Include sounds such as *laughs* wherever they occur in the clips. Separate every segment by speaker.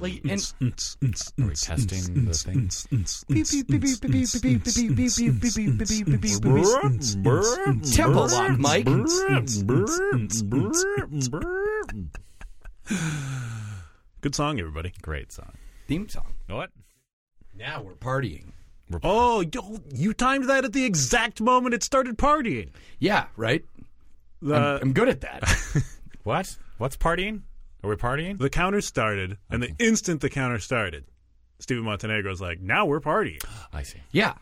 Speaker 1: Like and
Speaker 2: Are we testing the thing?
Speaker 1: tempo lock, Mike.
Speaker 2: *sighs*
Speaker 3: Good song, everybody.
Speaker 2: Great song.
Speaker 1: Theme song.
Speaker 2: What?
Speaker 1: Now we're partying.
Speaker 3: Oh, you, you timed that at the exact moment it started partying.
Speaker 1: Yeah, right.
Speaker 3: The,
Speaker 1: I'm, I'm good at that. *laughs*
Speaker 2: What? What's partying? Are we partying?
Speaker 3: the counter started, and the instant the counter started, Stephen Montenegro's like, "Now we're partying,"
Speaker 2: I see.
Speaker 1: Yeah,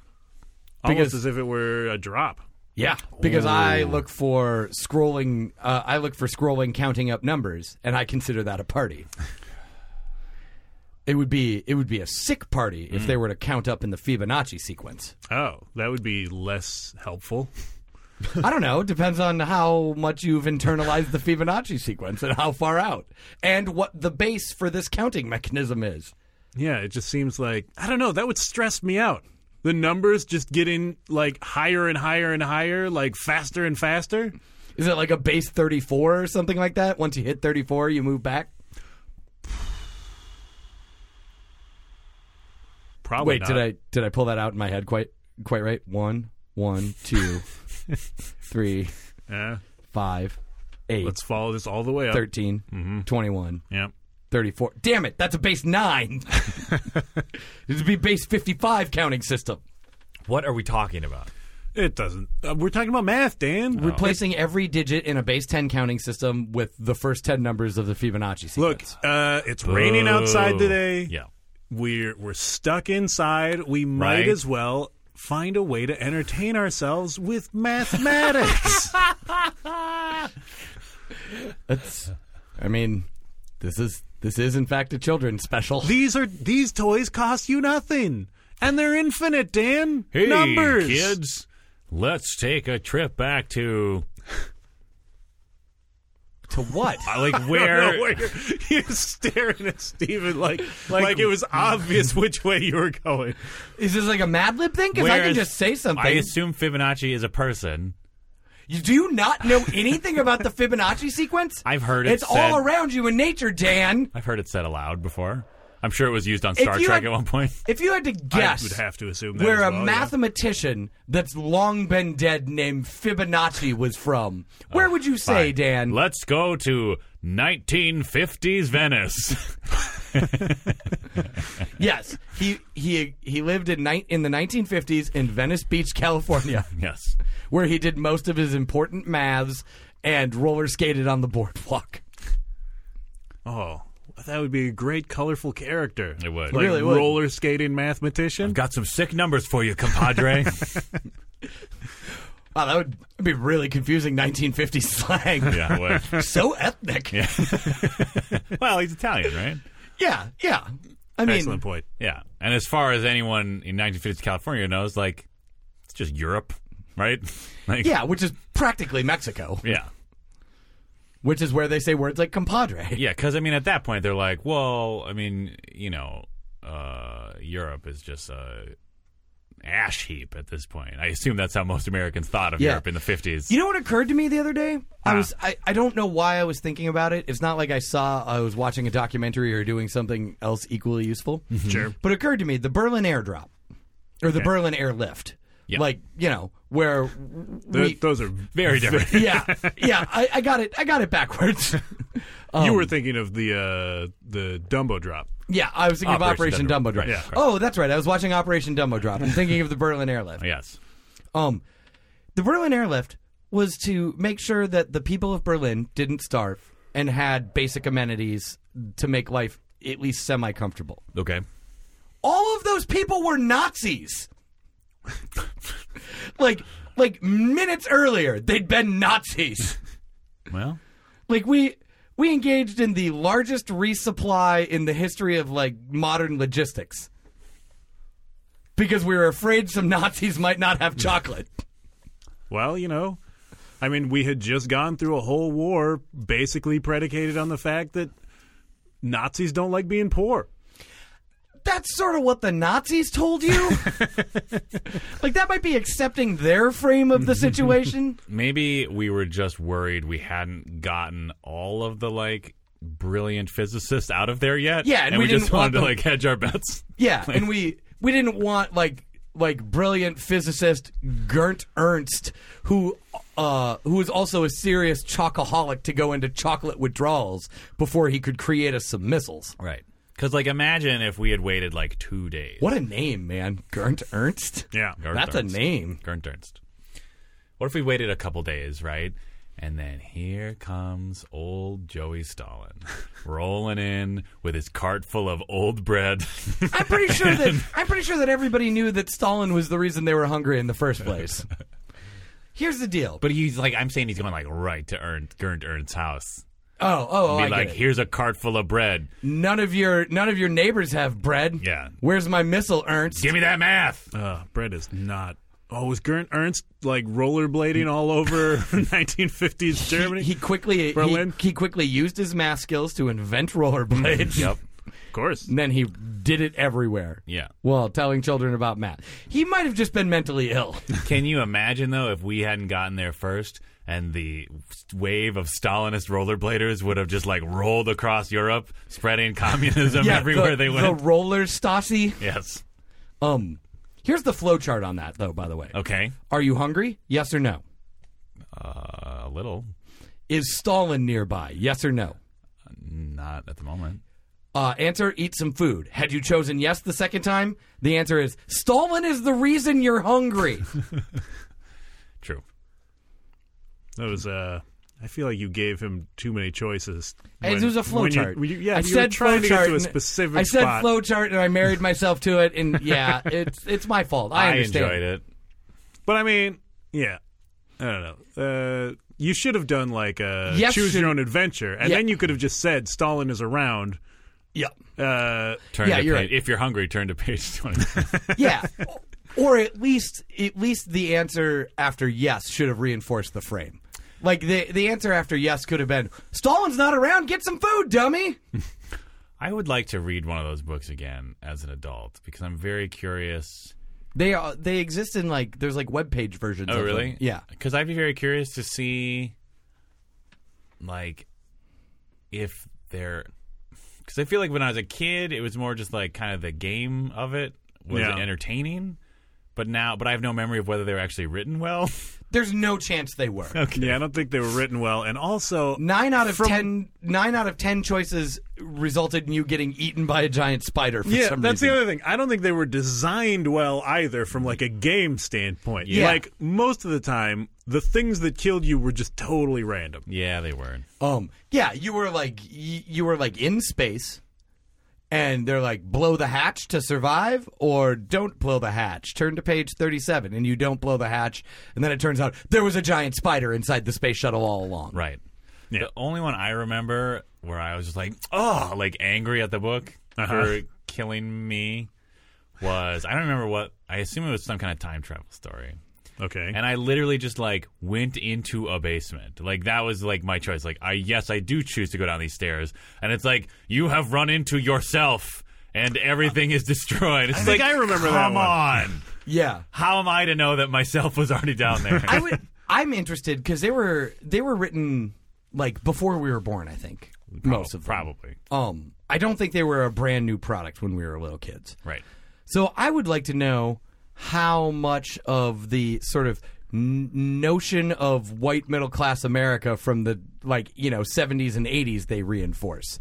Speaker 1: Because-
Speaker 3: almost as if it were a drop.
Speaker 1: yeah. Because I look for scrolling. Uh, I look for scrolling, counting up numbers, and I consider that a party. It would be it would be a sick party if they were to count up in the Fibonacci sequence. *laughs*
Speaker 3: Oh, that would be less helpful.
Speaker 1: I don't know. Depends on how much you've internalized the Fibonacci sequence and how far out, and what the base for this counting mechanism is.
Speaker 3: Yeah, it just seems like I don't know. That would stress me out. The numbers just getting like higher and higher and higher, like faster and faster.
Speaker 1: Is it like a base 34 or something like that? Once you hit 34, you move back?
Speaker 3: Probably.
Speaker 1: Wait,
Speaker 3: not.
Speaker 1: did I did I pull that out in my head quite quite right? One, one,
Speaker 3: *laughs*
Speaker 1: two, three,
Speaker 3: Yeah.
Speaker 1: five, eight, *laughs*
Speaker 3: Let's Mm-hmm. follow this all the way up.
Speaker 1: 13, 21,
Speaker 3: Yeah.
Speaker 1: 34. Damn it, that's a base
Speaker 3: *laughs*
Speaker 1: 9. this would be base 55 counting system.
Speaker 2: What are we talking about?
Speaker 3: It doesn't. Uh, we're talking about math, Dan.
Speaker 2: Oh,
Speaker 3: We're-
Speaker 1: Replacing every digit in a base 10 counting system with the first 10 numbers of the Fibonacci sequence.
Speaker 3: Look, uh, it's raining outside
Speaker 2: Boo.
Speaker 3: today.
Speaker 2: Oh. Yeah.
Speaker 3: We're we're stuck inside. We might
Speaker 2: Right.
Speaker 3: as well find a way to entertain ourselves with
Speaker 2: *laughs*
Speaker 3: mathematics.
Speaker 1: That's I mean, this is this is in fact a children's
Speaker 3: *laughs*
Speaker 1: special.
Speaker 3: these are these toys cost you nothing, and they're infinite, Dan. Numbers,
Speaker 2: kids. Let's take a trip back to
Speaker 1: to what?
Speaker 2: uh, *laughs* like
Speaker 3: No,
Speaker 2: where
Speaker 3: wait, you're, *laughs* you're staring at Steven like, like it was obvious which way you were going.
Speaker 1: Is this like a Mad Lib thing? Because I
Speaker 2: where
Speaker 1: can
Speaker 2: is-
Speaker 1: just say something.
Speaker 2: I assume Fibonacci is a person.
Speaker 1: You do you not know anything about the Fibonacci
Speaker 3: *laughs*
Speaker 1: sequence?
Speaker 2: I've heard it
Speaker 1: It's
Speaker 2: said-
Speaker 1: all around you in nature, Dan.
Speaker 2: I've heard it said aloud before. I'm sure it was used on Star
Speaker 1: you
Speaker 2: Trek
Speaker 1: had-
Speaker 2: at one point.
Speaker 1: If you had to guess,
Speaker 3: I would have to assume that
Speaker 1: where
Speaker 3: as
Speaker 1: a
Speaker 3: well, yeah.
Speaker 1: mathematician that's long been dead named Fibonacci was from, where
Speaker 3: Oh,
Speaker 1: would you say,
Speaker 2: Fine.
Speaker 1: Dan?
Speaker 2: Let's go to 1950s Venice.
Speaker 1: *laughs*
Speaker 2: *laughs*
Speaker 1: yes, he he he lived in ni- in the 1950s in Venice Beach, California, *laughs*
Speaker 2: yes.
Speaker 1: where he did most of his important maths and roller skated on the boardwalk.
Speaker 3: Oh, that would be a great, colorful character.
Speaker 2: It would.
Speaker 3: Like
Speaker 1: really would.
Speaker 3: roller skating mathematician.
Speaker 2: Got some sick numbers for you, compadre.
Speaker 1: Wow, that would be really confusing 1950s slang.
Speaker 2: *laughs* yeah, it would.
Speaker 1: So
Speaker 2: *laughs*
Speaker 1: ethnic.
Speaker 2: Well, he's Italian, right?
Speaker 1: Yeah, yeah. I mean,
Speaker 3: Excellent point.
Speaker 2: Yeah. And as far as anyone in 1950s California knows, like, it's just Europe, right? *laughs* Like,
Speaker 1: yeah, which is practically Mexico,
Speaker 2: Yeah.
Speaker 1: which is where they say words like compadre.
Speaker 2: Yeah, because I mean, at that point, they're like, well, I mean, you know, uh, Europe is just a ash heap at this point. I assume that's how most Americans thought of
Speaker 1: Yeah.
Speaker 2: Europe in the fifties.
Speaker 1: You know what occurred to me the other day?
Speaker 2: Ah.
Speaker 1: I was I, I don't know why I was thinking about it. It's not like I saw I was watching a documentary or doing something else equally useful.
Speaker 2: Mm-hmm.
Speaker 3: Sure.
Speaker 1: But it occurred to me the Berlin airdrop or the Berlin airlift.
Speaker 2: Yeah.
Speaker 1: Like, you know, where we,
Speaker 3: Th- those are. *laughs*
Speaker 2: Very different.
Speaker 1: *laughs* yeah,
Speaker 2: *laughs*
Speaker 1: yeah, I, I got it. I got it backwards.
Speaker 3: you were thinking of the uh, the Dumbo drop.
Speaker 1: Yeah, I was thinking
Speaker 2: Operation
Speaker 1: of Operation
Speaker 2: Dumbo.
Speaker 1: Dumbo Drop.
Speaker 2: Right, yeah.
Speaker 1: Oh, that's right. I was watching Operation Dumbo Drop and thinking of the Berlin Airlift.
Speaker 2: yes.
Speaker 1: Um, the Berlin Airlift was to make sure that the people of Berlin didn't starve and had basic amenities to make life at least semi comfortable.
Speaker 2: Okay.
Speaker 1: All of those people were Nazis. *laughs* like, like minutes earlier, they'd been Nazis.
Speaker 2: Well,
Speaker 1: like we we engaged in the largest resupply in the history of like modern logistics because we were afraid some nazis might not have chocolate
Speaker 3: Well, you know, I mean, we had just gone through a whole war basically predicated on the fact that Nazis don't like being poor.
Speaker 1: that's sort of what the nazis told *laughs* you like that might be accepting their frame of *laughs* the situation
Speaker 2: maybe we were just worried we hadn't gotten all of the like brilliant physicists out of there yet.
Speaker 1: Yeah, and we
Speaker 2: we,
Speaker 1: didn't
Speaker 2: just wanted
Speaker 1: want
Speaker 2: to
Speaker 1: them-
Speaker 2: like hedge our *laughs* bets.
Speaker 1: Yeah, and we we didn't want like like brilliant physicist Gert Ernst, who uh, who is also a serious chocoholic, to go into chocolate withdrawals before he could create us some missiles.
Speaker 2: Right. Because like imagine if we had waited like two days.
Speaker 1: What a name, man, Gert Ernst.
Speaker 3: Yeah.
Speaker 2: Garth
Speaker 1: That's a
Speaker 2: Ernst.
Speaker 1: name.
Speaker 2: Garth Ernst. What if we waited a couple days, right? And then here comes old Joey Stalin *laughs* rolling in with his cart full of old bread. *laughs*
Speaker 1: I'm pretty sure that I'm pretty sure that everybody knew that Stalin was the reason they were hungry in the first place. Here's the deal.
Speaker 2: but he's like, I'm saying he's going like right to Ernst, Gernt Ernst's house.
Speaker 1: Oh, oh, oh
Speaker 2: Be
Speaker 1: I
Speaker 2: like,
Speaker 1: get it.
Speaker 2: here's a cart full of bread.
Speaker 1: None of your none of your neighbors have bread.
Speaker 2: Yeah.
Speaker 1: Where's my missile, Ernst?
Speaker 2: Give me that math.
Speaker 3: Uh, bread is not. Oh, was Gern Ernst like rollerblading all
Speaker 1: *laughs*
Speaker 3: over 1950s Germany?
Speaker 1: He quickly he,
Speaker 3: Berlin.
Speaker 1: he quickly used his math skills to invent
Speaker 3: *laughs*
Speaker 2: *laughs*
Speaker 1: rollerblades.
Speaker 2: yep.
Speaker 3: of course.
Speaker 1: And then he did it everywhere.
Speaker 2: Yeah.
Speaker 1: Well, telling children about math. He might have just been mentally
Speaker 2: *laughs*
Speaker 1: ill.
Speaker 2: *laughs* Can you imagine though if we hadn't gotten there first and the wave of Stalinist rollerbladers would have just like rolled across Europe,
Speaker 1: *laughs*
Speaker 2: spreading communism everywhere
Speaker 1: the,
Speaker 2: they
Speaker 1: The
Speaker 2: went?
Speaker 1: roller Stasi.
Speaker 2: yes.
Speaker 1: Um here's the flowchart on that though, by the way.
Speaker 2: Okay.
Speaker 1: Are you hungry? Yes or no?
Speaker 2: Uh, a little.
Speaker 1: Is Stalin nearby? Yes or no?
Speaker 2: Not at the moment.
Speaker 1: Uh, answer, eat some food. Had you chosen yes the second time, the answer is Stalin is the reason you're hungry.
Speaker 2: True.
Speaker 3: That was. Uh, I feel like you gave him too many choices.
Speaker 1: It
Speaker 3: when-
Speaker 1: was a flow
Speaker 3: when you-
Speaker 1: chart.
Speaker 3: when you- yeah,
Speaker 1: I
Speaker 3: you
Speaker 1: said
Speaker 3: were trying to get
Speaker 1: flowchart
Speaker 3: to a
Speaker 1: and-
Speaker 3: specific
Speaker 1: I said
Speaker 3: spot.
Speaker 1: flow chart and I married myself to it,
Speaker 3: *laughs*
Speaker 1: and yeah, it's it's my fault. I,
Speaker 2: I,
Speaker 1: understand.
Speaker 2: enjoyed it.
Speaker 3: But I mean, yeah, I don't know. Uh, you should have done like a
Speaker 1: Yes,
Speaker 3: choose
Speaker 1: should-
Speaker 3: your own adventure, and
Speaker 1: Yeah.
Speaker 3: then you could have just said Stalin is around.
Speaker 1: Yeah,
Speaker 3: Uh,
Speaker 2: Turn
Speaker 1: Yeah,
Speaker 2: to
Speaker 1: you're
Speaker 2: pa-
Speaker 1: right.
Speaker 2: If you're hungry, turn to page twenty. *laughs*
Speaker 3: *laughs*
Speaker 1: yeah, or at least at least the answer after yes should have reinforced the frame. Like the the answer after yes could have been Stalin's not around. Get some food, dummy.
Speaker 2: I would like to read one of those books again as an adult because I'm very curious.
Speaker 1: They are they exist in like there's like web page versions.
Speaker 2: Oh,
Speaker 1: of them.
Speaker 2: really?
Speaker 1: Yeah.
Speaker 2: Because I'd be very curious to see, like, if they're. Because I feel like when I was a kid, it was more just like kind of the game of it was
Speaker 3: Yeah.
Speaker 2: entertaining. But now, but I have no memory of whether they were actually written well. *laughs*
Speaker 1: There's no chance they
Speaker 3: *laughs*
Speaker 1: were.
Speaker 3: yeah, I don't think they were written well, and also
Speaker 1: Nine out of ten. Nine out of ten choices resulted in you getting eaten by a giant spider. For
Speaker 3: Yeah,
Speaker 1: some
Speaker 3: that's
Speaker 1: reason.
Speaker 3: the other thing. I don't think they were designed well either from like a game standpoint.
Speaker 1: Yeah.
Speaker 3: Like most of the time, the things that killed you were just totally random.
Speaker 2: yeah, they were.
Speaker 1: Um, yeah, you were like y- you were like in space, and they're like blow the hatch to survive, or don't blow the hatch. Turn to page thirty-seven, and you don't blow the hatch, and then it turns out there was a giant spider inside the space shuttle all along.
Speaker 2: Right.
Speaker 3: Yeah.
Speaker 2: The only one I remember where I was just like, oh, like angry at the book for killing me was I don't remember what I assume it was some kind of time travel story.
Speaker 3: Okay.
Speaker 2: And I literally just like went into a basement. Like that was like my choice. Like I yes, I do choose to go down these stairs. And it's like you have run into yourself and everything is destroyed. It's
Speaker 3: think
Speaker 2: like
Speaker 3: I remember that
Speaker 2: Come
Speaker 3: one."
Speaker 2: on. *laughs*
Speaker 1: Yeah,
Speaker 2: How am I to know that myself was already down there?
Speaker 1: I would. I'm interested because they were they were written like before we were born. I think most of them.
Speaker 2: probably.
Speaker 1: Um, I don't think they were a brand new product when we were little kids.
Speaker 2: *laughs* Right.
Speaker 1: So I would like to know how much of the sort of n- notion of white middle class America from the like you know 70s and 80s they reinforce.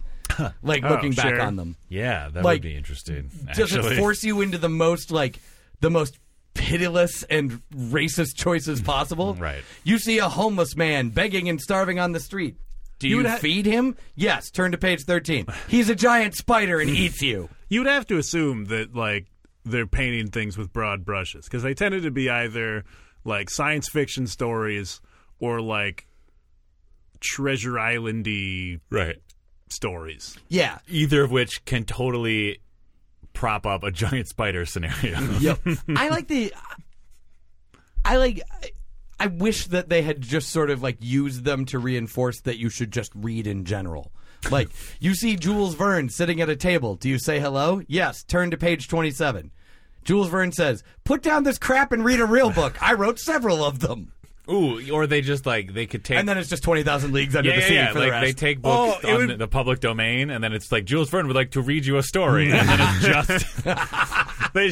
Speaker 1: like looking back
Speaker 3: sure.
Speaker 1: on them,
Speaker 2: Yeah, that
Speaker 1: Like,
Speaker 2: would be interesting.
Speaker 1: does
Speaker 2: actually.
Speaker 1: it force you into the most like the most pitiless and racist choices possible?
Speaker 2: Right.
Speaker 1: You see a homeless man begging and starving on the street. Do you,
Speaker 2: you
Speaker 1: would
Speaker 2: ha-
Speaker 1: feed him? Yes. Turn to page thirteen. He's a giant spider and eats you.
Speaker 3: You'd have to assume that like they're painting things with broad brushes because they tended to be either like science fiction stories or like treasure islandy
Speaker 2: Right.
Speaker 3: stories.
Speaker 1: Yeah.
Speaker 2: Either of which can totally prop up a giant spider scenario.
Speaker 1: *laughs* Yep. I like the. I like. I- I wish that they had just sort of like used them to reinforce that you should just read in general. Like you see Jules Verne sitting at a table. Do you say hello? Yes. Turn to page twenty-seven. Jules Verne says, "Put down this crap and read a real book." I wrote several of them.
Speaker 2: Ooh, or they just like they could take
Speaker 1: and then it's just twenty thousand leagues under
Speaker 2: yeah,
Speaker 1: the
Speaker 2: yeah,
Speaker 1: sea
Speaker 2: yeah.
Speaker 1: for
Speaker 2: like
Speaker 1: the rest.
Speaker 2: they take books
Speaker 3: Oh, it
Speaker 2: on
Speaker 3: would-
Speaker 2: the public domain, and then it's like Jules Verne would like to read you
Speaker 1: *laughs*
Speaker 2: a story, and then it's just *laughs*
Speaker 3: they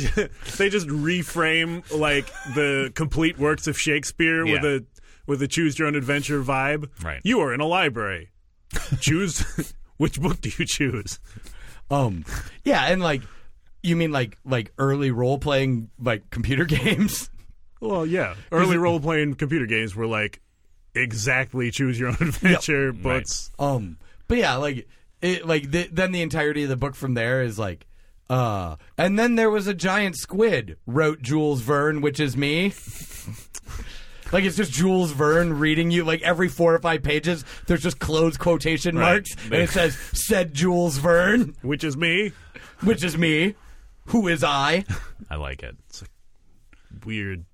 Speaker 3: they just reframe like the complete works of Shakespeare with
Speaker 2: Yeah.
Speaker 3: a with a choose your own adventure vibe.
Speaker 2: Right.
Speaker 3: You are in a library. choose *laughs* which book do you choose?
Speaker 1: um, yeah, and like you mean like like early role playing like computer *laughs* games.
Speaker 3: Well, yeah. Early role playing computer games were like exactly choose your own adventure books.
Speaker 1: Um, but yeah, like it, like the, then the entirety of the book from there is like, uh, and then there was a giant squid. Wrote Jules Verne, which is me. *laughs* like it's just Jules Verne reading you. Like every four or five pages, there's just closed quotation marks, and it says "said Jules Verne,"
Speaker 3: Which is me.
Speaker 1: which is me. Who is I?
Speaker 2: I like it.
Speaker 3: Weird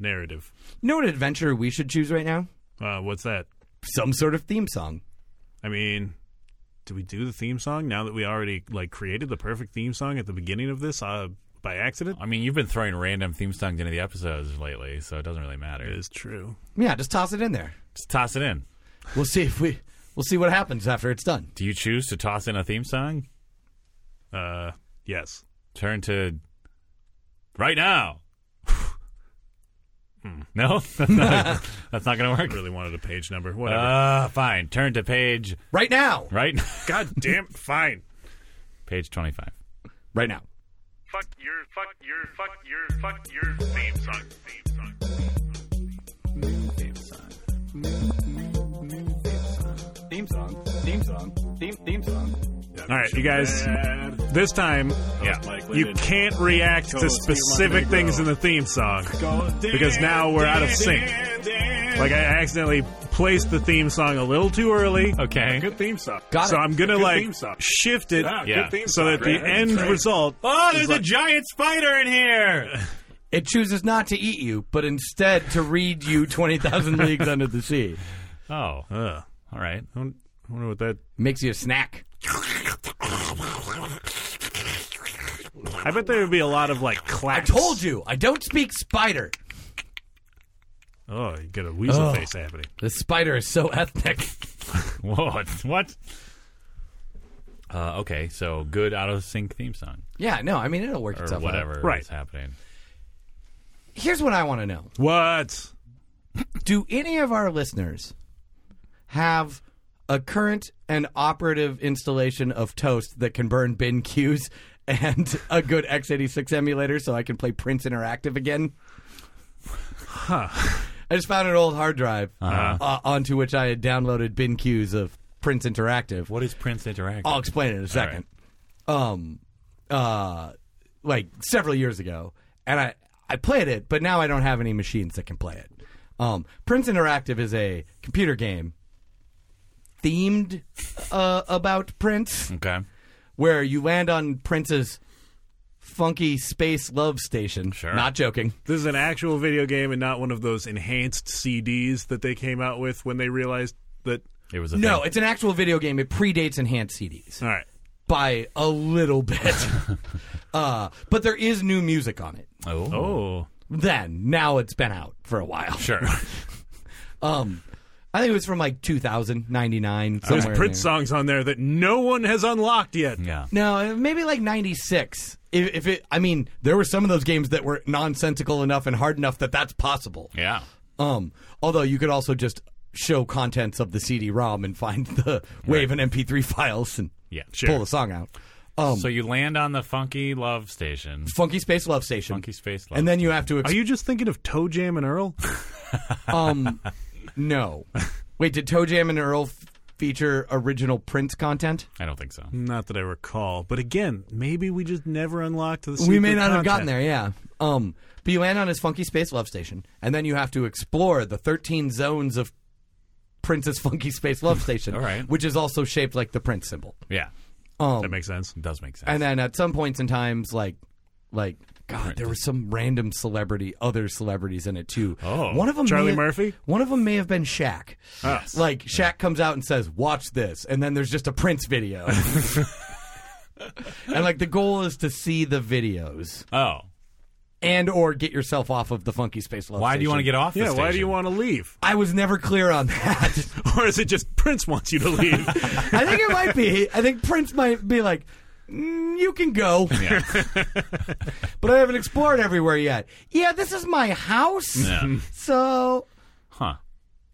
Speaker 3: narrative.
Speaker 1: You know what adventure we should choose right now?
Speaker 3: Uh, what's that?
Speaker 1: Some sort of theme song.
Speaker 3: I mean, do we do the theme song now that we already like created the perfect theme song at the beginning of this uh, by accident?
Speaker 2: I mean, you've been throwing random theme songs into the episodes lately, so it doesn't really matter.
Speaker 3: It is true.
Speaker 1: Yeah, just toss it in there.
Speaker 2: Just toss it in.
Speaker 1: We'll see if we we'll see what happens after it's done.
Speaker 2: Do you choose to toss in a theme song?
Speaker 3: Uh, yes.
Speaker 2: Turn to
Speaker 3: *laughs*
Speaker 2: right now.
Speaker 3: Hmm.
Speaker 2: No, *laughs* that's not, that's not going to work.
Speaker 3: Really wanted a page number. *laughs* Whatever.
Speaker 2: Uh, fine. Turn to page
Speaker 1: Right now.
Speaker 2: right,
Speaker 3: God damn. Fine.
Speaker 2: *laughs* page twenty-five.
Speaker 1: Right now.
Speaker 4: Fuck your, fuck your, fuck your, fuck your theme song, theme song.
Speaker 1: Theme song. Theme song. Theme theme song.
Speaker 3: All right, you guys. This time,
Speaker 2: Yeah,
Speaker 3: you can't react to specific things in the theme song because now we're out of sync. Like I accidentally placed the theme song a little too early.
Speaker 2: okay.
Speaker 5: theme song.
Speaker 1: Got
Speaker 3: So
Speaker 1: it.
Speaker 3: I'm gonna
Speaker 5: Good
Speaker 3: like
Speaker 5: theme song.
Speaker 3: shift it
Speaker 5: Ah,
Speaker 2: Yeah.
Speaker 5: good theme
Speaker 3: so
Speaker 5: song.
Speaker 3: that the
Speaker 5: Great.
Speaker 3: end
Speaker 5: Great.
Speaker 3: result.
Speaker 2: Oh, there's a giant spider in here.
Speaker 1: It chooses not to eat you, but instead to read *laughs* you 20,000 Leagues Under the Sea.
Speaker 2: *laughs* Oh, all
Speaker 3: Ugh.
Speaker 2: right.
Speaker 3: I don't- I wonder what
Speaker 2: *laughs*
Speaker 3: that.
Speaker 1: Makes you a snack.
Speaker 3: I bet there would be a lot of like claps.
Speaker 1: Told you, I don't speak spider.
Speaker 3: Oh, you get a weasel
Speaker 1: Ugh.
Speaker 3: face happening.
Speaker 1: The spider is so ethnic.
Speaker 2: What? What? Uh, okay, so good out of sync theme song
Speaker 1: Yeah, no, I mean, it'll work
Speaker 2: or
Speaker 1: itself out.
Speaker 2: whatever
Speaker 3: Right.
Speaker 2: is happening.
Speaker 1: Here's what I want to know.
Speaker 3: What?
Speaker 1: Do any of our listeners have a current and operative installation of Toast that can burn bin queues and *laughs* a good x86 emulator so I can play Prince Interactive again? I just found an old hard drive uh onto which I had downloaded bin queues of Prince Interactive.
Speaker 2: What is Prince Interactive?
Speaker 1: I'll explain it in a second. Um, uh, like several years ago, and I I played it, but now I don't have any machines that can play it. Um, Prince Interactive is a computer game themed uh, about Prince,
Speaker 2: okay,
Speaker 1: where you land on Prince's funky space love station.
Speaker 2: Sure.
Speaker 1: Not joking.
Speaker 3: This is an actual video game and not one of those enhanced CDs that they came out with when they realized that.
Speaker 2: it was a
Speaker 1: No,
Speaker 2: thing.
Speaker 1: it's an actual video game. It predates enhanced CDs.
Speaker 3: All right.
Speaker 1: by a little bit. uh, but there is new music on it.
Speaker 2: Oh,
Speaker 3: Oh.
Speaker 1: Then now it's been out for a while.
Speaker 2: sure.
Speaker 1: Um, I think it was from like 2099.
Speaker 3: There's
Speaker 1: somewhere in there.
Speaker 3: Prince songs on there that no one has unlocked yet.
Speaker 2: yeah.
Speaker 1: No, maybe like 96. If, if it, I mean, there were some of those games that were nonsensical enough and hard enough that that's possible.
Speaker 2: Yeah.
Speaker 1: Um, although you could also just show contents of the CD-ROM and find *laughs* the wave and MP3 files and
Speaker 2: Yeah.
Speaker 1: pull the song out. Um,
Speaker 2: So you land on the funky love station,
Speaker 1: Funky Space Love Station.
Speaker 2: funky space love.
Speaker 1: and then you have to. Ex-
Speaker 3: Are you just thinking of Toe Jam and Earl? *laughs*
Speaker 2: *laughs*
Speaker 1: Um, no. Wait, did Toe Jam and Earl f- feature original Prince content?
Speaker 2: I don't think so.
Speaker 1: Mm.
Speaker 3: not that I recall. But again, maybe we just never unlocked the.
Speaker 1: we
Speaker 3: secret
Speaker 1: may not have
Speaker 3: content.
Speaker 1: gotten there, yeah. Um, but you land on his funky space love station, and then you have to explore the 13 zones of Prince's *laughs* funky space
Speaker 3: *laughs*
Speaker 1: love station,
Speaker 2: All right.
Speaker 1: which is also shaped like the Prince symbol.
Speaker 2: Yeah,
Speaker 1: Um,
Speaker 3: That makes sense.
Speaker 2: it does make sense.
Speaker 1: and then at some points in times, like, like God, there was some random celebrity, other celebrities in it too.
Speaker 2: Oh,
Speaker 1: one of them, may
Speaker 3: Charlie
Speaker 1: have-
Speaker 3: Murphy?
Speaker 1: One of them may have been Shaq. Like Shaq comes out and says, "Watch this," and then there's just a Prince video.
Speaker 3: *laughs*
Speaker 1: and like the goal is to see the videos.
Speaker 2: oh,
Speaker 1: and or get yourself off of the funky space love
Speaker 2: Why do you want to
Speaker 1: Station.
Speaker 2: get off? the
Speaker 3: Yeah, why do
Speaker 2: station?
Speaker 3: you want to leave? *laughs*
Speaker 1: I was never clear on that.
Speaker 2: *laughs*
Speaker 3: Or is it just Prince
Speaker 1: *laughs*
Speaker 3: wants you to leave?
Speaker 1: I think it might be. I think Prince might be like, "Mm, you can go. but I haven't explored everywhere yet. Yeah, this is my house.
Speaker 2: Yeah.
Speaker 1: *laughs* So,
Speaker 2: *laughs* Huh.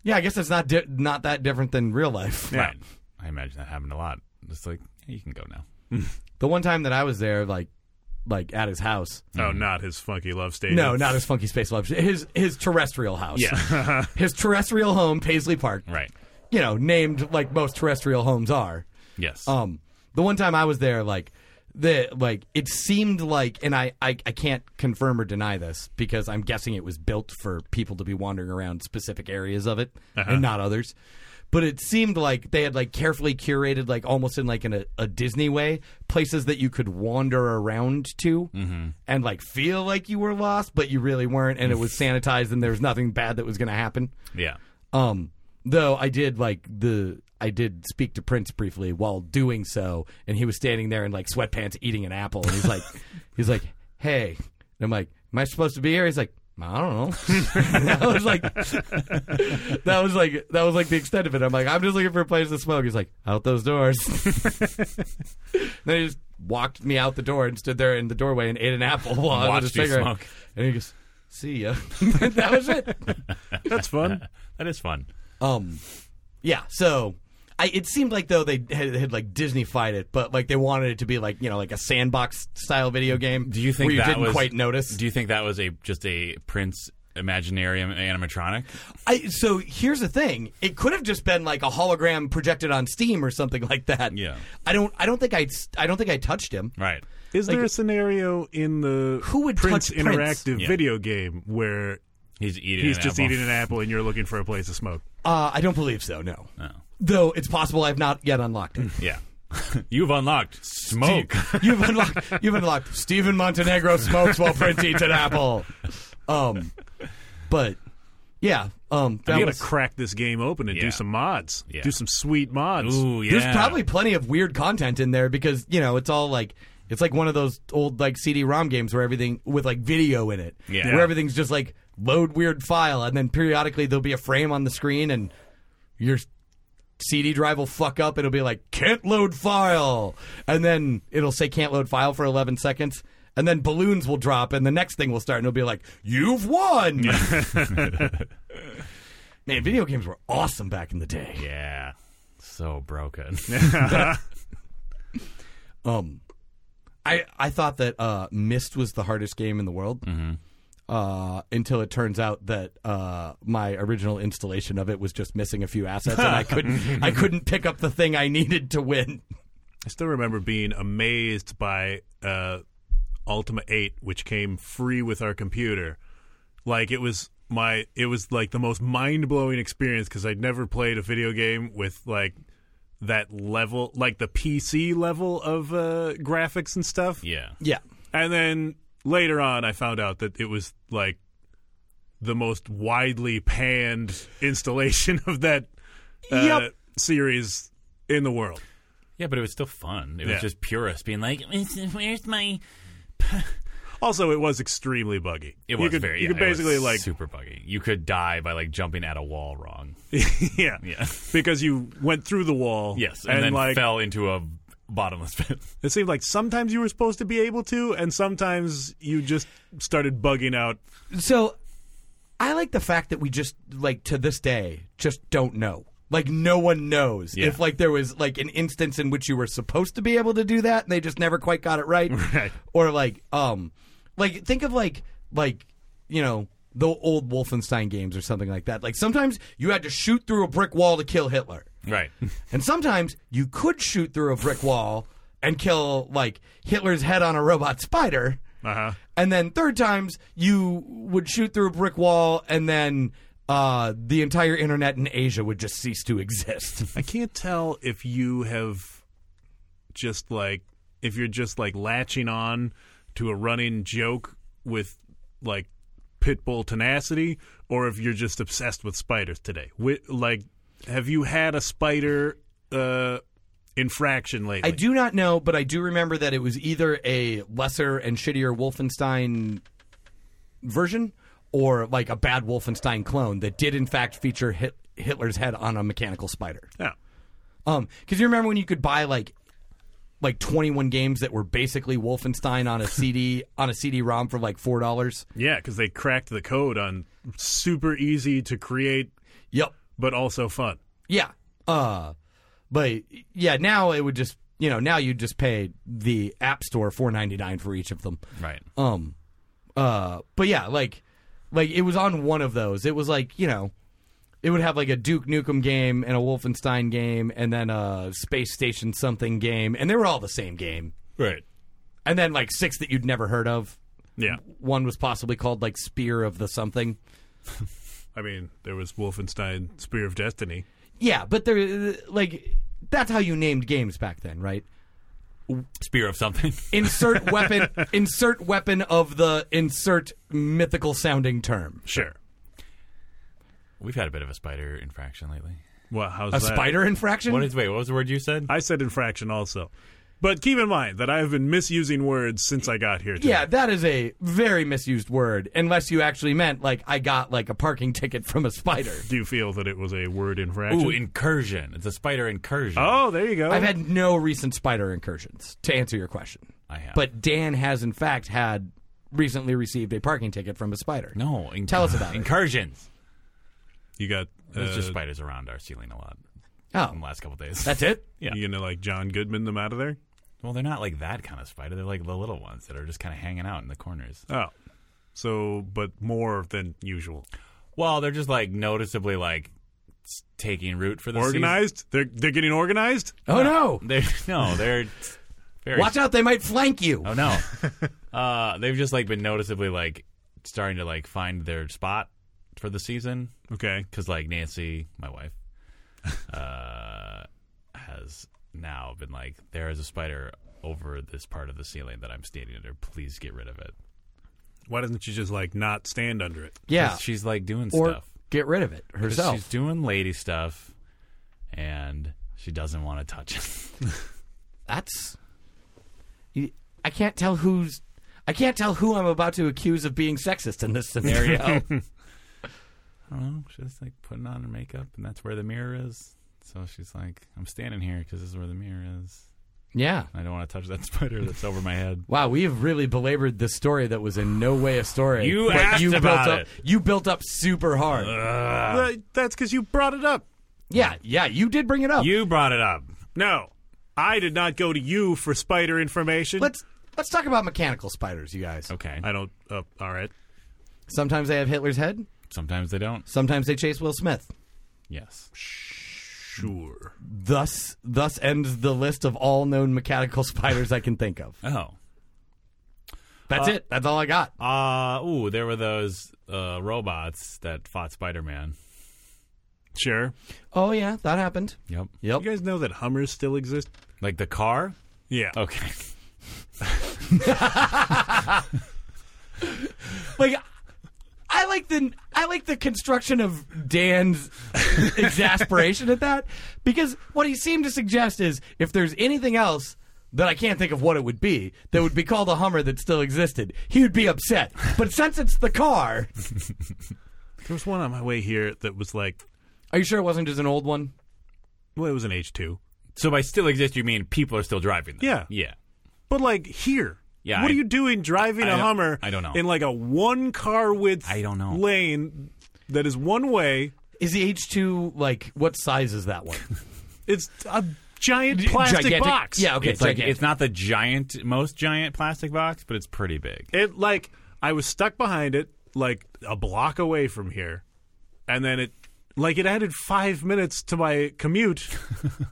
Speaker 1: yeah, I guess it's not di- not that different than real life.
Speaker 3: Yeah.
Speaker 2: Right. I imagine that happened a lot. It's like hey, you can go now.
Speaker 1: The one time that I was there, like, like at his house.
Speaker 3: oh, not his funky love station.
Speaker 1: No, not his funky space love. His his terrestrial house.
Speaker 2: Yeah.
Speaker 1: *laughs* his terrestrial home, Paisley Park.
Speaker 2: right.
Speaker 1: You know, named like most terrestrial homes are.
Speaker 2: Yes.
Speaker 3: Oh.
Speaker 1: Um, the one time I was there, like the like it seemed like, and I, I I can't confirm or deny this because I'm guessing it was built for people to be wandering around specific areas of it and not others. But it seemed like they had like carefully curated, like almost in like in a, a Disney way, places that you could wander around to and like feel like you were lost, but you really weren't, and it was sanitized, and there was nothing bad that was going to happen.
Speaker 2: yeah.
Speaker 1: Um, though I did like the I did speak to Prince briefly while doing so, and he was standing there in like sweatpants eating an apple, and he's like,
Speaker 2: *laughs*
Speaker 1: he's like, hey, and I'm like, am I supposed to be here? He's like. I don't know. *laughs* that was like, *laughs* that was like, that was like the extent of it. I'm like, I'm just looking for a place to smoke. He's like, out those doors. *laughs* then he just walked me out the door and stood there in the doorway and ate an apple *laughs* while I was
Speaker 2: Watched
Speaker 1: just
Speaker 2: you
Speaker 1: figuring.
Speaker 2: smoke.
Speaker 1: And he goes, see ya. *laughs* that was it. *laughs*
Speaker 3: That's fun.
Speaker 2: That is fun.
Speaker 1: Um, yeah. So, I it seemed like though they had, had like Disney-fied it, but like they wanted it to be like you know like a sandbox style video game.
Speaker 2: Do you think
Speaker 1: where you
Speaker 2: that
Speaker 1: didn't
Speaker 2: was,
Speaker 1: quite notice?
Speaker 2: Do you think that was a just a Prince Imaginarium animatronic?
Speaker 1: I, so here's the thing: it could have just been like a hologram projected on Steam or something like that.
Speaker 2: Yeah.
Speaker 1: I don't. I don't think I. I don't think I touched him.
Speaker 2: Right.
Speaker 3: Is there a scenario in the
Speaker 1: Who would
Speaker 3: Prince
Speaker 1: touch Prince?
Speaker 3: interactive
Speaker 2: Yeah.
Speaker 3: video game where
Speaker 2: He's eating.
Speaker 3: he's
Speaker 2: an
Speaker 3: just
Speaker 2: apple.
Speaker 3: eating an
Speaker 2: *laughs*
Speaker 3: apple and you're looking for a place to smoke?
Speaker 1: Uh, I don't believe so. No.
Speaker 2: No.
Speaker 1: Though it's possible I've not yet unlocked it.
Speaker 2: Yeah. *laughs* You've unlocked smoke.
Speaker 1: *laughs* You've unlocked. You've unlocked. Stephen Montenegro smokes while Prince eats an apple. Um, but yeah. Um, that
Speaker 3: You gotta
Speaker 1: was-
Speaker 3: crack this game open and
Speaker 2: Yeah.
Speaker 3: do some mods.
Speaker 2: Yeah.
Speaker 3: Do some sweet mods.
Speaker 2: *laughs* Ooh, yeah.
Speaker 1: there's probably plenty of weird content in there because you know it's all like it's like one of those old like CD-ROM games where everything with like video in it,
Speaker 2: Yeah.
Speaker 1: where everything's just like load weird file, and then periodically there'll be a frame on the screen and your CD drive will fuck up. It'll be like can't load file, and then it'll say can't load file for 11 seconds. And then balloons will drop, and the next thing will start, and it'll be like, "You've won!" *laughs* Man, video games were awesome back in the day.
Speaker 2: Yeah. So
Speaker 3: *laughs*
Speaker 2: broken.
Speaker 1: Um, I I thought that uh, Myst was the hardest game in the world. Uh, until it turns out that uh, my original installation of it was just missing a few assets, and I couldn't I couldn't pick up the thing I needed to win.
Speaker 3: I still remember being amazed by uh, Ultima 8, which came free with our computer. Like it was my, it was like the most mind blowing experience because I'd never played a video game with like that level, like the PC level of uh, graphics and stuff.
Speaker 2: yeah.
Speaker 1: Yeah,
Speaker 3: And then later on, I found out that it was like the most widely panned *laughs* installation of that uh,
Speaker 1: Yep.
Speaker 3: series in the world.
Speaker 2: Yeah, but it was still fun. It was
Speaker 3: Yeah.
Speaker 2: just purist being like, "Where's my?"
Speaker 3: Also, it was extremely buggy.
Speaker 2: It
Speaker 3: you
Speaker 2: was
Speaker 3: could,
Speaker 2: very.
Speaker 3: You
Speaker 2: yeah,
Speaker 3: could
Speaker 2: it was
Speaker 3: basically like,
Speaker 2: super buggy. You could die by like jumping at a wall wrong.
Speaker 3: *laughs* yeah,
Speaker 2: Yeah.
Speaker 3: because you went through the wall.
Speaker 2: Yes, and,
Speaker 3: and,
Speaker 2: then
Speaker 3: like
Speaker 2: fell into a bottomless pit. *laughs*
Speaker 3: it seemed like sometimes you were supposed to be able to, and sometimes you just started bugging out.
Speaker 1: so I like the fact that we just like to this day just don't know. Like no one knows
Speaker 2: Yeah.
Speaker 1: if like there was like an instance in which you were supposed to be able to do that and they just never quite got it right.
Speaker 3: Right.
Speaker 1: Or like um like think of like like you know the old Wolfenstein games or something like that. Like sometimes you had to shoot through a brick wall to kill Hitler.
Speaker 2: right.
Speaker 1: And sometimes you could shoot through a brick wall and kill like Hitler's head on a robot spider.
Speaker 3: Uh-huh.
Speaker 1: And then third times you would shoot through a brick wall and then uh, the entire internet in Asia would just cease to exist.
Speaker 3: I can't tell if you have *laughs* just like if you're just like latching on to a running joke with like pitbull tenacity, or if you're just obsessed with spiders today. Wi like, have you had a spider uh, infraction lately?
Speaker 1: I do not know, but I do remember that it was either a lesser and shittier Wolfenstein version or like a bad Wolfenstein clone that did in fact feature Hit- Hitler's head on a mechanical spider.
Speaker 3: Yeah.
Speaker 1: Um, because you remember when you could buy like like 21 games that were basically Wolfenstein on a CD *laughs* on a CD-ROM for like four dollars.
Speaker 3: Yeah, because they cracked the code on super easy to create,
Speaker 1: Yep.
Speaker 3: but also fun.
Speaker 1: Yeah. Uh, but yeah, now it would just you know now you just pay the App Store 4.99 for each of them.
Speaker 2: Right.
Speaker 1: Um, uh, but yeah, like, like it was on one of those. It was like you know, it would have like a Duke Nukem game and a Wolfenstein game and then a Space Station something game, and they were all the same game.
Speaker 2: Right.
Speaker 1: And then like six that you'd never heard of.
Speaker 3: Yeah.
Speaker 1: One was possibly called like Spear of the something.
Speaker 3: I mean, there was Wolfenstein Spear of Destiny.
Speaker 1: Yeah, but they're like that's how you named games back then, right?
Speaker 2: Spear
Speaker 3: *laughs*
Speaker 2: of something. *laughs*
Speaker 1: Insert weapon, insert weapon of the insert mythical sounding term.
Speaker 3: Sure.
Speaker 2: We've had a bit of a spider infraction lately.
Speaker 3: Well, how's
Speaker 1: A
Speaker 3: that?
Speaker 1: spider infraction.
Speaker 2: What is? Wait, what was the word you said?
Speaker 3: I said infraction also. But keep in mind that I have been misusing words since I got here. Today.
Speaker 1: Yeah, that is a very misused word, unless you actually meant like I got like a parking ticket from a spider.
Speaker 3: Do you feel that it was a word infraction?
Speaker 2: Ooh, incursion. It's a spider incursion.
Speaker 3: oh, there you go.
Speaker 1: I've had no recent spider incursions to answer your question.
Speaker 2: I have.
Speaker 1: But Dan has in fact had recently received a parking ticket from a spider.
Speaker 2: no, inc-
Speaker 1: Tell us about it.
Speaker 2: incursions.
Speaker 3: you got uh,
Speaker 2: There's just spiders around our ceiling a lot in
Speaker 1: Oh,
Speaker 2: the last couple days.
Speaker 1: that's it.
Speaker 2: *laughs* yeah.
Speaker 3: you gonna like John Goodman them out of there?
Speaker 2: well, they're not like that kind of spider. They're like the little ones that are just kind of hanging out in the corners.
Speaker 3: Oh, so but more than usual.
Speaker 2: Well, they're just like noticeably like s- taking root for the
Speaker 3: Organized? They're they're getting organized.
Speaker 1: Oh no!
Speaker 2: season. They're, *laughs* no, they're very
Speaker 1: Watch out, they might flank you. *laughs*
Speaker 2: Oh no. uh, they've just like been noticeably like starting to like find their spot for the season
Speaker 3: Okay.
Speaker 2: because like Nancy, my wife, uh, has now been like, there is a spider over this part of the ceiling that I'm standing under. Please get rid of it.
Speaker 3: Why doesn't you just like not stand under it?
Speaker 1: Yeah,
Speaker 2: 'Cause She's like doing
Speaker 1: or
Speaker 2: stuff.
Speaker 1: get rid of it
Speaker 2: 'Cause
Speaker 1: herself.
Speaker 2: She's doing lady stuff, and she doesn't want to touch it.
Speaker 1: That's. you- I can't tell who's. I can't tell who I'm about to accuse of being sexist in this
Speaker 2: *laughs*
Speaker 1: scenario.
Speaker 2: I don't know. She's like putting on her makeup, and that's where the mirror is. So she's like, I'm standing here because this is where the mirror is.
Speaker 1: yeah.
Speaker 2: I don't want to touch that *laughs* spider that's over my head.
Speaker 1: Wow, we have really belabored the story that was in no way a story.
Speaker 2: You
Speaker 1: but
Speaker 2: asked
Speaker 1: you
Speaker 2: about
Speaker 1: built up,
Speaker 2: it. Uh.
Speaker 1: You built up super hard.
Speaker 3: Well, That's because you brought it up.
Speaker 1: yeah, yeah, you did bring it up.
Speaker 2: You brought it up.
Speaker 3: No, I did not go to you for spider information.
Speaker 1: let's let's talk about mechanical spiders, you guys.
Speaker 2: Okay.
Speaker 3: I don't. Uh, all right.
Speaker 1: Sometimes they have Hitler's head.
Speaker 2: Sometimes they don't.
Speaker 1: Sometimes they chase Will Smith.
Speaker 2: Yes.
Speaker 3: Sure.
Speaker 1: Thus, thus ends the list of all known mechanical *laughs* spiders I can think of.
Speaker 2: Oh.
Speaker 1: That's
Speaker 2: Uh,
Speaker 1: it. That's all I got.
Speaker 2: Uh ooh, there were those uh, robots that fought Spider-Man.
Speaker 3: Sure.
Speaker 1: Oh yeah, that happened.
Speaker 2: Yep.
Speaker 1: Yep.
Speaker 3: You guys know that Hummers still exist?
Speaker 2: Like the car?
Speaker 3: Yeah.
Speaker 2: Okay.
Speaker 1: like I like the I like the construction of Dan's *laughs* exasperation at that because what he seemed to suggest is if there's anything else that I can't think of what it would be that would be called a Hummer that still existed, he would be upset. But since it's the car,
Speaker 3: There was one on my way here that was like,
Speaker 1: are you sure it wasn't just an old one?
Speaker 3: *laughs* well, it was an H2.
Speaker 2: So by still exist you mean people are still driving them.
Speaker 3: Yeah.
Speaker 2: Yeah.
Speaker 3: But like here.
Speaker 2: Yeah,
Speaker 3: What
Speaker 2: I-
Speaker 3: are you doing driving
Speaker 2: I
Speaker 3: a
Speaker 2: don't-
Speaker 3: Hummer
Speaker 2: I don't know.
Speaker 3: in like a one car width
Speaker 2: I don't know.
Speaker 3: lane that is one way?
Speaker 1: Is the H two like what size is that one?
Speaker 3: It's a giant plastic
Speaker 1: Gigantic?
Speaker 3: box.
Speaker 1: Yeah, okay,
Speaker 2: it's like
Speaker 1: gigantic.
Speaker 2: it's not the giant most giant plastic box, but it's pretty big.
Speaker 3: *laughs* It like I was stuck behind it like a block away from here. And then it like it added 5 minutes to my *laughs* commute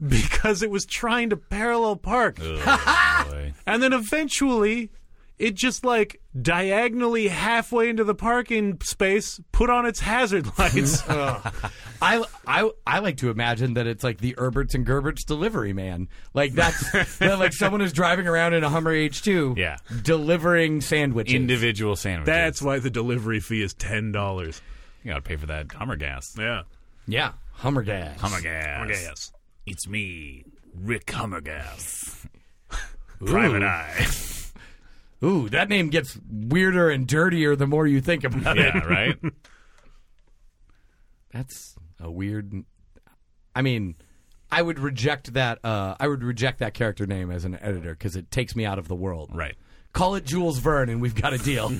Speaker 3: because it was trying to parallel park.
Speaker 2: Oh, boy.
Speaker 3: And then eventually, it just like diagonally halfway into the parking space put on its *laughs* hazard lights.
Speaker 1: I, I, I like to imagine that it's like the Herberts and Gerberts delivery man. Like that's
Speaker 2: *laughs*
Speaker 1: that like someone is driving around in a Hummer H2
Speaker 2: Yeah.
Speaker 1: delivering sandwiches.
Speaker 2: Individual sandwiches.
Speaker 3: That's why the delivery fee is ten dollars.
Speaker 2: you gotta pay for that Hummer gas.
Speaker 3: Yeah.
Speaker 1: yeah, Hummer gas.
Speaker 2: gas.
Speaker 3: Yes.
Speaker 2: It's *laughs* me, Rick Hummergas. Private Eye.
Speaker 1: Ooh, that name gets weirder and dirtier the more you think about it.
Speaker 2: *laughs* Yeah,
Speaker 1: *laughs*
Speaker 2: right?
Speaker 1: That's a weird. I mean, I would reject that. Uh, I would reject that character name as an editor because it takes me out of the world.
Speaker 2: right.
Speaker 1: Call it Jules Verne, and we've got a
Speaker 2: *laughs*
Speaker 1: deal.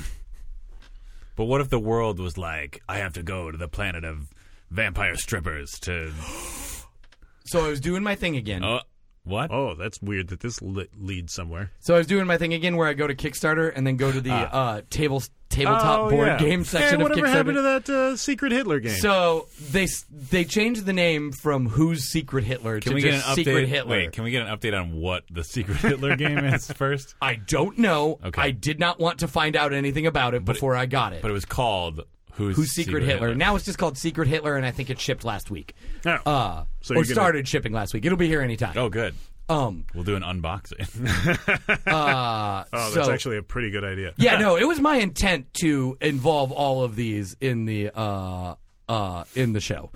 Speaker 2: But what if the world was like, I have to go to the planet of vampire strippers to.
Speaker 1: so I was doing my thing again.
Speaker 2: Oh, what?
Speaker 3: Oh, that's weird that this li- leads somewhere.
Speaker 1: So I was doing my thing again, where I go to Kickstarter and then go to the uh, table tabletop
Speaker 3: Oh,
Speaker 1: board
Speaker 3: yeah.
Speaker 1: game section
Speaker 3: Hey,
Speaker 1: of
Speaker 3: whatever
Speaker 1: Kickstarter.
Speaker 3: happened to that uh, secret Hitler game?
Speaker 1: So they s- they changed the name from Who's Secret Hitler
Speaker 2: Can
Speaker 1: to
Speaker 2: we get an
Speaker 1: just
Speaker 2: update?
Speaker 1: Secret Hitler.
Speaker 2: Wait, can we get an update on what the Secret
Speaker 1: *laughs*
Speaker 2: Hitler game is first?
Speaker 1: I don't know.
Speaker 2: Okay.
Speaker 1: I did not want to find out anything about it before I got it.
Speaker 2: But it was called Who's,
Speaker 1: Who's Secret, Hitler? Now it's just called Secret Hitler, and I think it shipped last week.
Speaker 3: Oh.
Speaker 1: Uh, or
Speaker 3: So you're gonna-
Speaker 1: started shipping last week. It'll be here anytime.
Speaker 2: Oh, good.
Speaker 1: Um,
Speaker 2: We'll do an unboxing. *laughs*
Speaker 3: oh, that's
Speaker 1: so-
Speaker 3: actually a pretty good idea.
Speaker 1: *laughs* yeah, no, it was my intent to involve all of these in the uh, uh, in the show.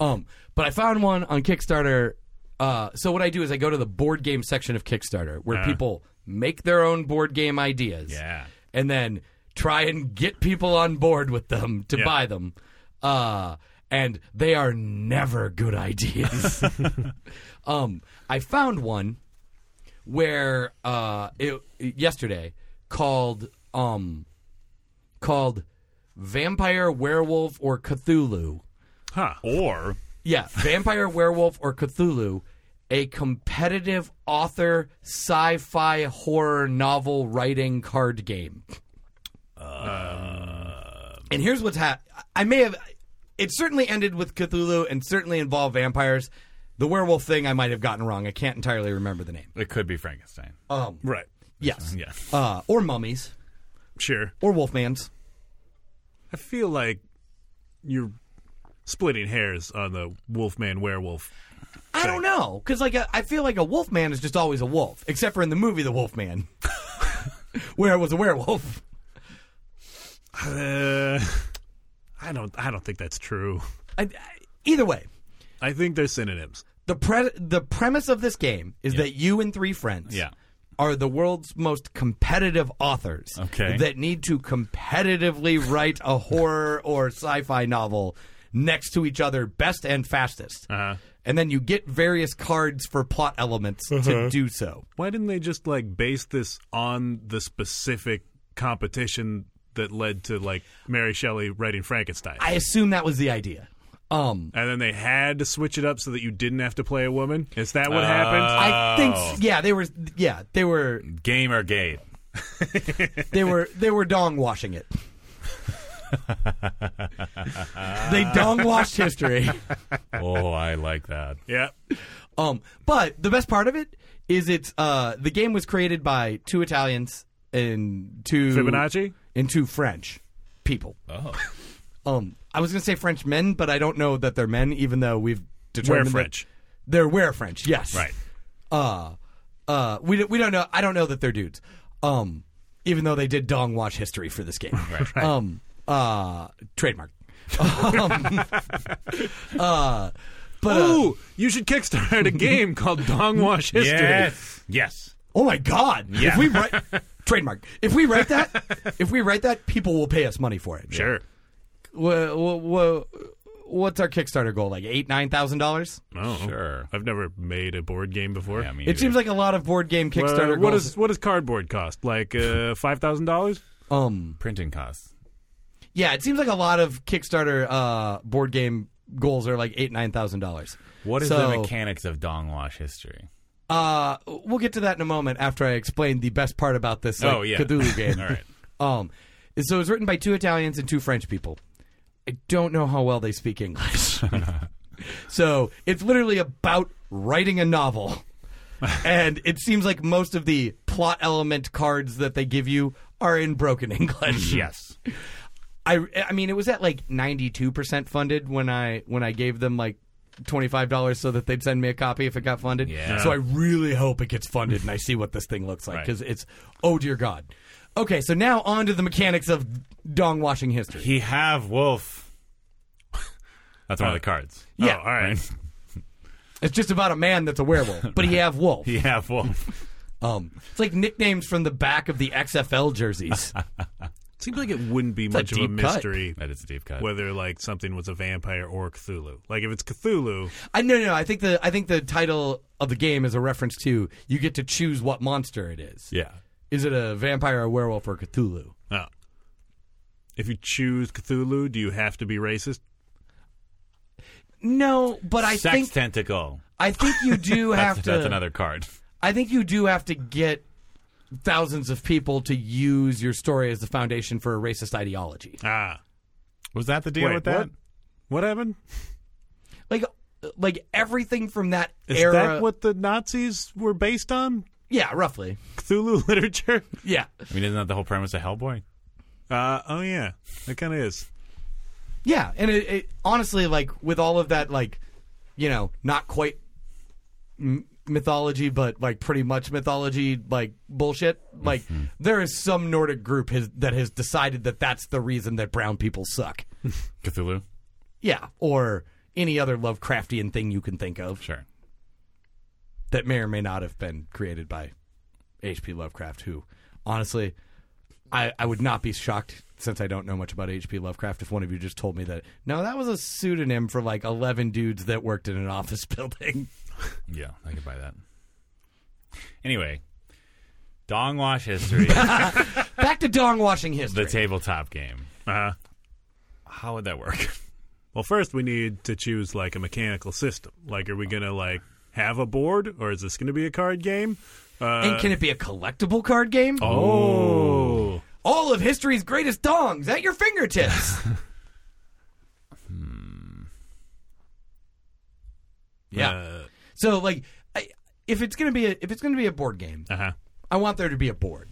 Speaker 1: Um, but I found one on Kickstarter. Uh, so what I do is I go to the board game section of Kickstarter where people make their own board game ideas.
Speaker 2: Yeah.
Speaker 1: and then try and get people on board with them to buy them. Uh, and they are never good ideas. um, I found one where uh, it, yesterday called um, called Vampire, Werewolf, or Cthulhu.
Speaker 3: Huh.
Speaker 2: or
Speaker 1: Yeah, Vampire, Werewolf, or Cthulhu, a competitive author sci fi horror novel writing card game. and here's what's happened. I may have. It certainly ended with Cthulhu and certainly involved vampires. The werewolf thing I might have gotten wrong. I can't entirely remember the name.
Speaker 2: it could be Frankenstein.
Speaker 1: Um,
Speaker 3: Right.
Speaker 1: yes.
Speaker 2: yeah.
Speaker 1: Uh, or mummies.
Speaker 3: Sure.
Speaker 1: Or wolfmans.
Speaker 3: I feel like you're splitting hairs on the Wolfman werewolf.
Speaker 1: I don't know, because like I I feel like a wolf man is just always a wolf, except for in the movie The Wolf Man, *laughs* where it was a werewolf.
Speaker 3: Uh, I don't. I don't think that's true.
Speaker 1: I, I- either way,
Speaker 3: I think they're synonyms.
Speaker 1: the pre- the premise of this game is that you and three friends
Speaker 2: Yeah.
Speaker 1: are the world's most competitive authors
Speaker 2: Okay.
Speaker 1: that need to competitively write a horror or sci-fi novel next to each other best and fastest.
Speaker 3: Uh-huh.
Speaker 1: And then you get various cards for plot elements to do so.
Speaker 3: Why didn't they just like base this on the specific competition that led to like Mary Shelley writing Frankenstein?
Speaker 1: I assume that was the idea. Um
Speaker 3: and then they had to switch it up so that you didn't have to play a woman. Is that what
Speaker 2: Uh,
Speaker 3: happened?
Speaker 1: I think
Speaker 2: Oh.
Speaker 1: s- yeah, they were yeah, they were *laughs*
Speaker 2: Gamergate.
Speaker 1: they were they were dong washing it. they dong washed history.
Speaker 2: Oh, I like that.
Speaker 3: Yeah.
Speaker 1: Um, but the best part of it is it's uh the game was created by two Italians and two
Speaker 3: Fibonacci.
Speaker 1: and two French people.
Speaker 2: Oh,
Speaker 1: Um, I was gonna say French men, but I don't know that they're men, even though we've
Speaker 3: Where
Speaker 1: determined that-
Speaker 3: French?
Speaker 1: They're where French, yes,
Speaker 2: right.
Speaker 1: uh, uh, we don't- we don't know. I don't know that they're dudes. Um, even though they did dong watch history for this game. Right. Um, uh, trademark. *laughs* um, uh, but uh,
Speaker 3: Ooh, you should kickstart a game called Dongwash *laughs* History.
Speaker 2: Yes. Yes.
Speaker 1: oh my god! If we write trademark, if we write that, if we write that, people will pay us money for it.
Speaker 3: Sure.
Speaker 1: Wha- wha- wha- what's our Kickstarter goal? Like eight nine thousand dollars?
Speaker 3: Oh,
Speaker 1: *laughs*
Speaker 2: Sure.
Speaker 3: I've never made a board game before.
Speaker 2: Yeah, me
Speaker 1: It seems like a lot of board game Kickstarter
Speaker 3: Uh, what
Speaker 1: goals.
Speaker 3: does what does cardboard cost? Like
Speaker 2: *laughs*
Speaker 3: uh, five thousand dollars?
Speaker 1: um,
Speaker 2: printing costs.
Speaker 1: yeah, it seems like a lot of Kickstarter uh board game goals are like eight nine thousand dollars.
Speaker 2: What is
Speaker 1: So-
Speaker 2: the mechanics of Dong Wash history?
Speaker 1: Uh, we'll get to that in a moment after I explain the best part about this like,
Speaker 2: Oh, yeah. *laughs*
Speaker 1: Cthulhu game.
Speaker 2: All right.
Speaker 1: Um, so it was written by two Italians and two French people. I don't know how well they speak
Speaker 2: *laughs*
Speaker 1: English. so it's literally about writing a novel. and it seems like most of the plot element cards that they give you are in broken *laughs* English.
Speaker 2: Mm-hmm. Yes.
Speaker 1: I I mean it was at like 92% funded when I when I gave them like $25 so that they'd send me a copy if it got funded.
Speaker 2: Yeah.
Speaker 1: So I really hope it gets funded and I see what this thing looks like
Speaker 2: Right.
Speaker 1: cuz it's oh dear god. Okay, so now on to the mechanics of dong washing history.
Speaker 2: He have wolf. *laughs* That's one of the cards.
Speaker 1: Yeah.
Speaker 3: Oh, all right.
Speaker 2: *laughs*
Speaker 1: It's just about a man that's a werewolf, but he have wolf.
Speaker 2: He have wolf. *laughs*
Speaker 1: Um, it's like nicknames from the back of the XFL
Speaker 2: *laughs*
Speaker 1: jerseys.
Speaker 3: Seems like it wouldn't be
Speaker 1: a
Speaker 3: much of a
Speaker 1: deep cut.
Speaker 3: mystery
Speaker 2: That is a deep cut.
Speaker 3: whether like something was a vampire or Cthulhu. Like if it's Cthulhu,
Speaker 1: I no no. I think the I think the title of the game is a reference to you get to choose what monster it is.
Speaker 2: yeah.
Speaker 1: Is it a vampire, a werewolf, or Cthulhu?
Speaker 2: Uh,
Speaker 3: oh. if you choose Cthulhu, do you have to be racist?
Speaker 1: No, but I
Speaker 2: Sex
Speaker 1: think
Speaker 2: tentacle.
Speaker 1: I think you do
Speaker 2: *laughs* That's,
Speaker 1: have to.
Speaker 2: that's another card.
Speaker 1: I think you do have to get thousands of people to use your story as the foundation for a racist ideology.
Speaker 3: Ah,
Speaker 2: *laughs* Was that the deal
Speaker 3: Wait,
Speaker 2: with that?
Speaker 3: what? what happened?
Speaker 1: Like like everything from that
Speaker 3: Is
Speaker 1: era.
Speaker 3: that what the Nazis were based on?
Speaker 1: yeah, roughly.
Speaker 3: Cthulhu *laughs* literature?
Speaker 1: Yeah.
Speaker 2: I mean, isn't that the whole premise of Hellboy?
Speaker 3: Uh, oh yeah, it kind of is.
Speaker 1: Yeah, and it, it honestly, like with all of that, like you know, not quite m- mythology, but like pretty much mythology, like bullshit. Like there is some Nordic group has, that has decided that that's the reason that brown people suck.
Speaker 2: Cthulhu?
Speaker 1: yeah, or any other Lovecraftian thing you can think of
Speaker 2: Sure.
Speaker 1: that may or may not have been created by H.P. Lovecraft. Who, honestly, I, I would not be shocked since I don't know much about H.P. Lovecraft if one of you just told me that no, that was a pseudonym for like eleven dudes that worked in an office *laughs* building.
Speaker 2: Yeah, I could buy that. Anyway, Dong Wash *laughs* History,
Speaker 1: Back to dong washing
Speaker 2: the
Speaker 1: history.
Speaker 2: tabletop game.
Speaker 3: Uh,
Speaker 2: How would that work?
Speaker 3: well, first we need to choose like a mechanical system. Like, are we gonna like have a board, or is this gonna be a card game? uh,
Speaker 1: and can it be a collectible card game?
Speaker 3: Oh,
Speaker 1: All of history's greatest dongs at your fingertips. Yeah.
Speaker 3: Hmm. uh,
Speaker 1: so like, I, if it's gonna be a, if it's gonna be a board game,
Speaker 3: Uh huh.
Speaker 1: I want there to be a board.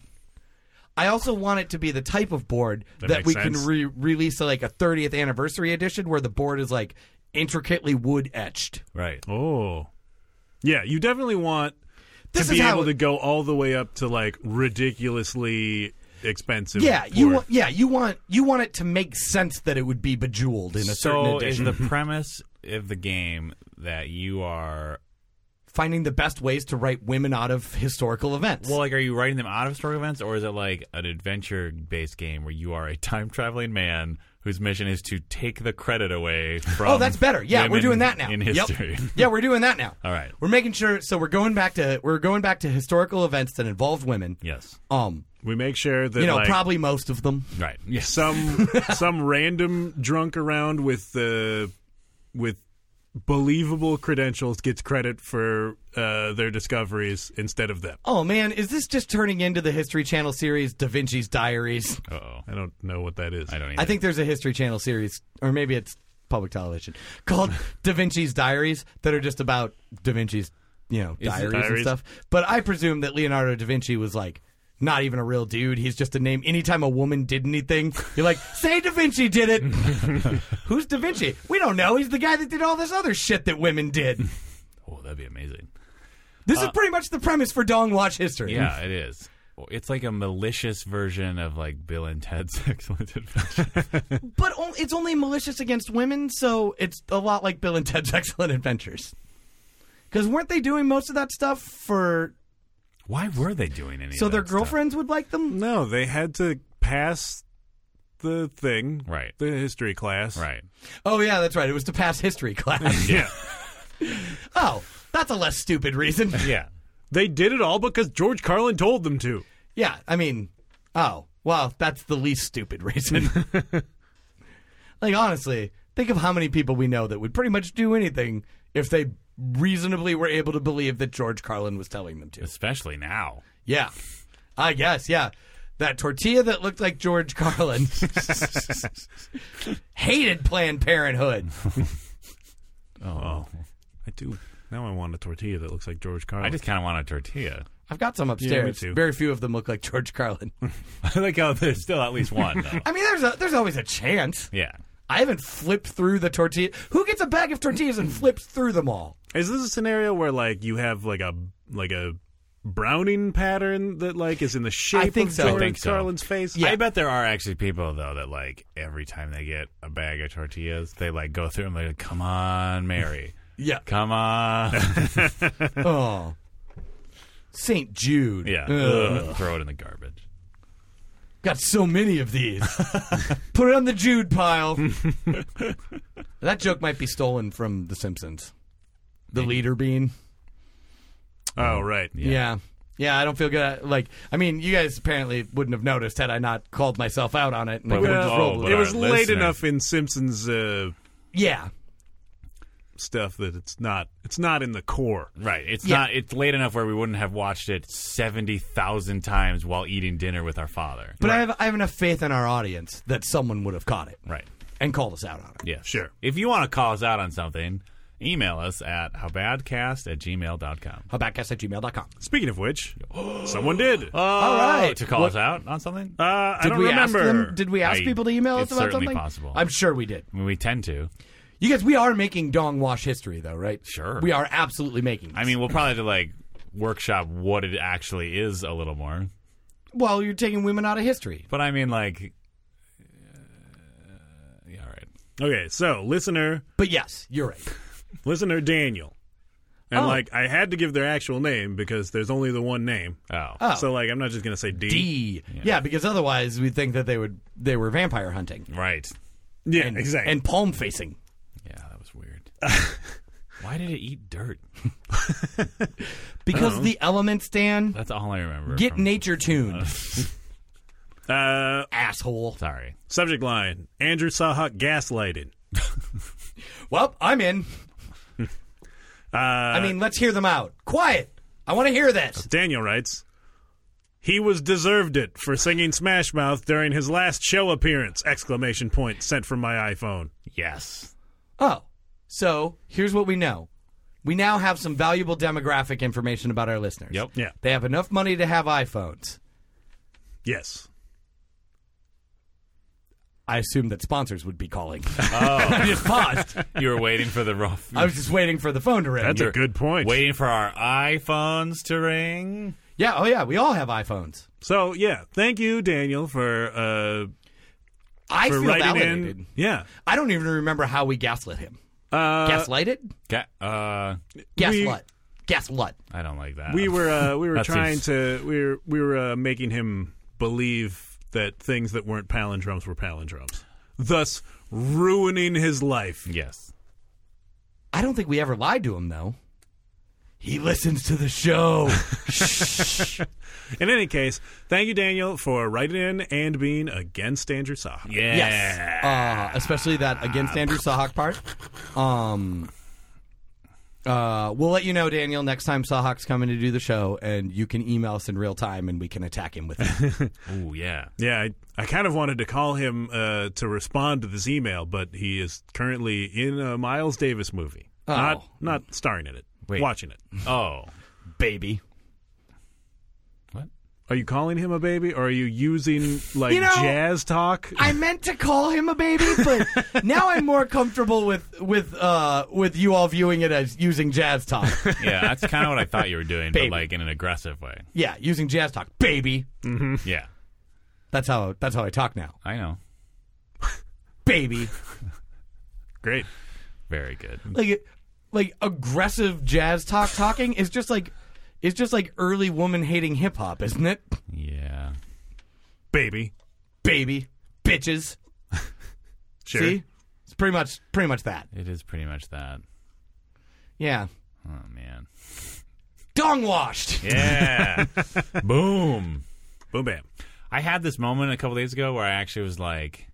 Speaker 1: I also want it to be the type of board that,
Speaker 3: makes
Speaker 1: we
Speaker 3: sense.
Speaker 1: can re- release like a 30th anniversary edition where the board is like intricately wood etched.
Speaker 2: *laughs* Right.
Speaker 3: Oh, yeah. You definitely want
Speaker 1: This
Speaker 3: to
Speaker 1: is
Speaker 3: be
Speaker 1: how
Speaker 3: able to
Speaker 1: it-
Speaker 3: go all the way up to like ridiculously expensive.
Speaker 1: Yeah, you
Speaker 3: board.
Speaker 1: want yeah, you want you want it to make sense that it would be bejeweled in a certain
Speaker 2: So is
Speaker 1: edition.
Speaker 2: the premise of the game that you are
Speaker 1: Finding the best ways to write women out of historical events.
Speaker 2: well, like, are you writing them out of story events, or is it like an adventure-based game where you are a time traveling man whose mission is to take the credit away from?
Speaker 1: oh, that's better. Yeah, we're
Speaker 2: um, women
Speaker 1: doing that now.
Speaker 2: in
Speaker 1: Yep.
Speaker 2: history. *laughs*
Speaker 1: *laughs* Yeah, we're doing that now.
Speaker 2: All right.
Speaker 1: We're making sure so we're going back to we're going back to historical events that involved women.
Speaker 2: Yes.
Speaker 1: Um,
Speaker 3: We make sure that
Speaker 1: you know,
Speaker 3: like,
Speaker 1: probably most of them.
Speaker 2: Right.
Speaker 1: *laughs*
Speaker 2: Yes.
Speaker 3: some some random drunk around with uh, with believable credentials gets credit for uh, their discoveries instead of them.
Speaker 1: Oh man, is this just turning into the History Channel series Da Vinci's Diaries?
Speaker 2: Uh oh.
Speaker 3: I don't know what that is.
Speaker 2: I don't. Either.
Speaker 1: I think there's a History Channel series, or maybe it's public television, called Da Vinci's Diaries that are just about Da Vinci's, you know, diaries, and
Speaker 3: diaries?
Speaker 1: stuff. But I presume that Leonardo da Vinci was like not even a real dude. He's just a name. Anytime a woman did anything, you're like, say Da Vinci did it. Who's Da Vinci? We don't know. He's the guy that did all this other shit that women did.
Speaker 2: Oh, that'd be amazing.
Speaker 1: This is pretty much the premise for Dong Watch History.
Speaker 2: Yeah, it is. Well, It's like a malicious version of like Bill and Ted's *laughs* Excellent Adventure.
Speaker 1: *laughs* But on- it's only malicious against women, so it's a lot like Bill and Ted's *laughs* Excellent Adventures. Because weren't they doing most of that stuff for
Speaker 2: Why were they doing any?
Speaker 1: so
Speaker 2: of
Speaker 1: their
Speaker 2: that stuff?
Speaker 1: girlfriends would like them?
Speaker 3: No, they had to pass the thing,
Speaker 2: Right.
Speaker 3: The history class,
Speaker 2: Right.
Speaker 1: Oh yeah, that's right. It was to pass history *laughs* class.
Speaker 3: *laughs* Yeah,
Speaker 1: oh, that's a less stupid *laughs* reason.
Speaker 2: Yeah.
Speaker 3: they did it all because George Carlin told them to.
Speaker 1: Yeah, I mean, oh well, that's the least stupid reason. *laughs* like honestly, think of how many people we know that would pretty much do anything if they reasonably were able to believe that George Carlin was telling them to.
Speaker 2: Especially now.
Speaker 1: Yeah. I guess, yeah. That tortilla that looked like George Carlin *laughs* hated Planned Parenthood.
Speaker 2: Oh.
Speaker 3: I do. Now I want a tortilla that looks like George Carlin.
Speaker 2: I just kind of want a tortilla. *laughs*
Speaker 1: I've got some upstairs.
Speaker 3: too.
Speaker 1: Very few of them look like George Carlin.
Speaker 2: I like how there's still at least one. Though.
Speaker 1: *laughs* I mean, there's a, there's always a chance.
Speaker 2: yeah.
Speaker 1: I haven't flipped through the tortilla. Who gets a bag of tortillas and flips through them all?
Speaker 3: Is this a scenario where like you have like a like a Browning pattern that like is in the shape
Speaker 1: think
Speaker 3: of
Speaker 1: so. I
Speaker 3: George
Speaker 2: think so.
Speaker 3: Carlin's face?
Speaker 1: Yeah.
Speaker 2: I bet there are actually people though that like every time they get a bag of tortillas, they like go through them. They're like, "Come
Speaker 1: *laughs*
Speaker 2: on, Mary,
Speaker 1: Yeah.
Speaker 2: come on."
Speaker 1: Oh. St. Jude.
Speaker 2: Yeah.
Speaker 1: *laughs* Ugh.
Speaker 2: Ugh, *laughs* Throw it in the garbage.
Speaker 1: Got so many of these. *laughs* Put it on the Jude *laughs* pile. that joke might be stolen from The Simpsons. The leader bean.
Speaker 3: Oh, right.
Speaker 1: Yeah. yeah. I don't feel good. At, like, I mean, you guys apparently wouldn't have noticed had I not called myself out on it. And I
Speaker 2: But
Speaker 1: could
Speaker 2: we-
Speaker 1: have just
Speaker 2: oh,
Speaker 1: rolled with
Speaker 2: but
Speaker 3: it
Speaker 1: it.
Speaker 2: our
Speaker 3: was late
Speaker 2: listener-
Speaker 3: enough in Simpsons uh,
Speaker 1: Yeah,
Speaker 3: stuff that it's not it's not in the core.
Speaker 2: Right. It's
Speaker 1: Yeah.
Speaker 2: not. It's late enough where we wouldn't have watched it seventy thousand times while eating dinner with our father.
Speaker 1: but I have I have enough faith in our audience that someone would have caught it
Speaker 2: Right.
Speaker 1: and called us out on it.
Speaker 2: Yeah.
Speaker 3: Sure.
Speaker 2: If you want to call us out on something, email us at howbadcast at gmail.com.
Speaker 1: Howbackcast at gmail.com.
Speaker 3: Speaking of which, someone did. Uh,
Speaker 1: All right.
Speaker 2: To call
Speaker 1: What- Uh,
Speaker 2: us out on something?
Speaker 3: I
Speaker 1: Did
Speaker 3: don't
Speaker 1: we
Speaker 3: remember.
Speaker 1: ask them? Did we ask
Speaker 2: I-
Speaker 1: people to email us
Speaker 2: it's
Speaker 1: about
Speaker 2: certainly
Speaker 1: something?
Speaker 2: possible.
Speaker 1: I'm sure we did.
Speaker 2: I mean, we tend to.
Speaker 1: You guys, we are making dong wash history, though, right?
Speaker 2: Sure.
Speaker 1: We are absolutely making. This.
Speaker 2: I mean, we'll probably have to, like, workshop what it actually is a little more.
Speaker 1: well, you're taking women out of history.
Speaker 2: But I mean, like. Uh, yeah, all right.
Speaker 3: okay, so listener,
Speaker 1: But yes, you're right.
Speaker 3: listener Daniel, and
Speaker 1: Oh.
Speaker 3: like I had to give their actual name because there's only the one name.
Speaker 2: Oh.
Speaker 1: Oh.
Speaker 3: So like I'm not just gonna say D.
Speaker 2: *laughs*
Speaker 1: D. Yeah. because otherwise we'd think that they would they were vampire hunting
Speaker 2: Right.
Speaker 3: *laughs* Yeah,
Speaker 1: and
Speaker 3: exactly.
Speaker 1: and palm facing.
Speaker 2: Yeah, that
Speaker 1: *laughs*
Speaker 2: was weird. Why did it eat dirt?
Speaker 1: Because
Speaker 3: Uh-huh.
Speaker 1: the elements, Dan,
Speaker 2: That's all I remember.
Speaker 1: get
Speaker 2: from-
Speaker 1: nature tuned,
Speaker 3: Uh-huh. uh,
Speaker 1: asshole.
Speaker 2: Sorry.
Speaker 3: subject line: Andrew Sahak gaslighted.
Speaker 1: Well, I'm
Speaker 3: *laughs*
Speaker 1: in.
Speaker 3: Uh,
Speaker 1: I mean, let's hear them out. Quiet. I want to hear this.
Speaker 3: Daniel writes, he was deserved it for singing Smash Mouth during his last show appearance! Exclamation point sent from my iPhone.
Speaker 2: Yes.
Speaker 1: Oh, so here's what we know. We now have some valuable demographic information about our listeners.
Speaker 2: Yep.
Speaker 3: Yeah.
Speaker 1: They have enough money to have iPhones.
Speaker 3: Yes.
Speaker 1: I assume that sponsors would be calling. Oh. *laughs* I just paused.
Speaker 2: You were waiting for the rough. *laughs*
Speaker 1: I was just waiting for the phone to ring.
Speaker 3: That's a good point.
Speaker 2: waiting for our iPhones to ring.
Speaker 1: yeah, oh yeah, we all have iPhones.
Speaker 3: So yeah, thank you, Daniel, for uh
Speaker 1: I
Speaker 3: for
Speaker 1: feel
Speaker 3: writing
Speaker 1: validated.
Speaker 3: in. Yeah.
Speaker 1: I don't even remember how we gaslit him.
Speaker 3: Uh,
Speaker 1: Gaslighted?
Speaker 2: Ga- uh,
Speaker 1: Gaslight. Gaslight.
Speaker 2: I don't like that.
Speaker 3: *laughs* we were uh, we were
Speaker 2: That
Speaker 3: trying
Speaker 2: seems-
Speaker 3: to we were we were uh, making him believe that things that weren't palindromes were palindromes, thus ruining his life.
Speaker 2: Yes.
Speaker 1: I don't think we ever lied to him though. He listens to the show. Shh.
Speaker 3: In any case, thank you, Daniel, for writing in and being against Andrew Saha.
Speaker 1: *laughs*
Speaker 2: Yeah.
Speaker 1: Yes. Uh, especially that against Andrew Sahak part. Um uh, we'll let you know, Daniel, next time Sahak's coming to do the show, and you can email us in real time, and we can attack him with it.
Speaker 2: Ooh, yeah.
Speaker 3: Yeah, I, I kind of wanted to call him uh, to respond to this email, but he is currently in a Miles Davis movie.
Speaker 1: Oh.
Speaker 3: Not not starring in it.
Speaker 2: Wait.
Speaker 3: Watching it.
Speaker 2: Oh.
Speaker 1: *laughs* baby.
Speaker 2: What?
Speaker 3: Are you calling him a baby or are you using like
Speaker 1: You know,
Speaker 3: jazz talk?
Speaker 1: I meant to call him a baby, *laughs* but now I'm more comfortable with with uh, with you all viewing it as using jazz *laughs* talk.
Speaker 2: Yeah, that's kind of what I thought you were doing,
Speaker 1: Baby.
Speaker 2: but like in an aggressive way.
Speaker 1: yeah, using jazz talk, baby.
Speaker 2: Yeah.
Speaker 1: That's how that's how I talk now,
Speaker 2: I know.
Speaker 1: baby.
Speaker 3: Great.
Speaker 2: Very good.
Speaker 1: Like it- like aggressive jazz talk talking is just like it's just like early woman hating hip hop, isn't it?
Speaker 2: Yeah.
Speaker 3: Baby.
Speaker 1: Baby, bitches.
Speaker 3: Sure.
Speaker 1: See, it's pretty much pretty much that.
Speaker 2: It is pretty much that.
Speaker 1: Yeah,
Speaker 2: Oh man.
Speaker 1: dong washed.
Speaker 2: *laughs* Yeah. Boom.
Speaker 3: Boom bam.
Speaker 2: I had this moment a couple days ago where I actually was like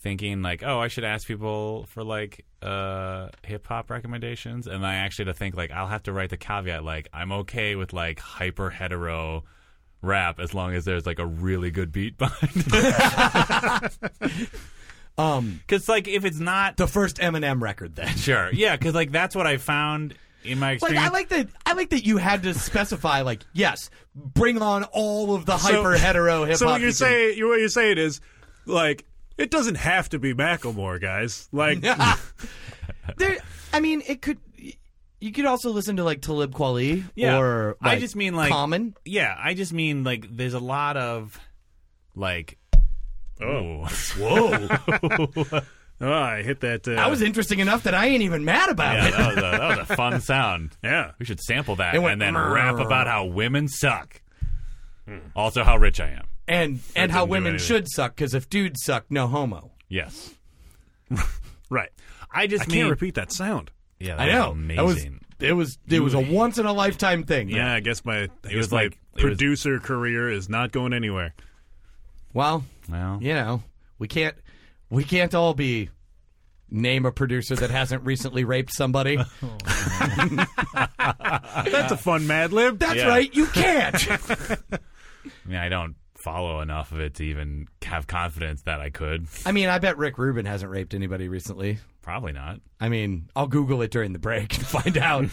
Speaker 2: thinking like, oh, I should ask people for like uh hip hop recommendations and I actually had to think like I'll have to write the caveat like I'm okay with like hyper hetero rap as long as there's like a really good beat *laughs* behind it.
Speaker 1: *laughs* Um,
Speaker 2: Cuz like if it's not
Speaker 1: the first Eminem record then.
Speaker 2: sure. Yeah, cuz like that's what I found in
Speaker 1: *laughs*
Speaker 2: my
Speaker 1: Like
Speaker 2: experience.
Speaker 1: I like that. I like that you had to specify. Like, yes, bring on all of the hyper *laughs* hetero hip hop.
Speaker 3: So what you're saying you what you're saying is like it doesn't have to be Macklemore, guys.
Speaker 2: *laughs*
Speaker 3: Like
Speaker 1: *laughs* there, I mean, it could. You could also listen to like Talib Kweli
Speaker 2: Yeah.
Speaker 1: or
Speaker 2: I
Speaker 1: like,
Speaker 2: just mean, like-
Speaker 1: Common.
Speaker 2: yeah, I just mean like there's
Speaker 1: *laughs*
Speaker 2: a lot of like Oh.
Speaker 3: Whoa. Oh, I hit that. Uh,
Speaker 1: That was interesting enough that I ain't even mad about
Speaker 2: Yeah,
Speaker 1: it.
Speaker 2: that was, a, that was a fun sound.
Speaker 3: Yeah.
Speaker 2: We should sample that
Speaker 1: It went
Speaker 2: and then
Speaker 1: "Mrrr."
Speaker 2: rap about how women suck.
Speaker 1: Hmm.
Speaker 2: Also, how rich I am.
Speaker 1: And and how
Speaker 2: didn't do
Speaker 1: women
Speaker 2: anything.
Speaker 1: should suck because if dudes suck, no homo. *laughs*
Speaker 2: Yes.
Speaker 3: Right.
Speaker 2: I just
Speaker 3: I can't repeat that sound.
Speaker 2: Yeah,
Speaker 1: I know.
Speaker 2: amazing.
Speaker 1: That was it was it was a once in a lifetime thing.
Speaker 3: Yeah, I guess my, I guess
Speaker 2: was
Speaker 3: my
Speaker 2: like- it was-
Speaker 3: producer career is not going anywhere.
Speaker 1: Well,
Speaker 2: well,
Speaker 1: you know, we can't we can't all be name a producer that hasn't recently raped
Speaker 2: *laughs*
Speaker 1: somebody.
Speaker 3: That's a fun Mad Lib.
Speaker 1: That's
Speaker 2: Yeah.
Speaker 1: right, you
Speaker 2: *laughs*
Speaker 1: can't.
Speaker 2: I mean, I don't follow enough of it to even have confidence that I could.
Speaker 1: I mean, I bet Rick Rubin hasn't raped anybody recently.
Speaker 2: Probably not.
Speaker 1: I mean, I'll Google it during the break and *laughs* find
Speaker 2: *laughs*
Speaker 1: out.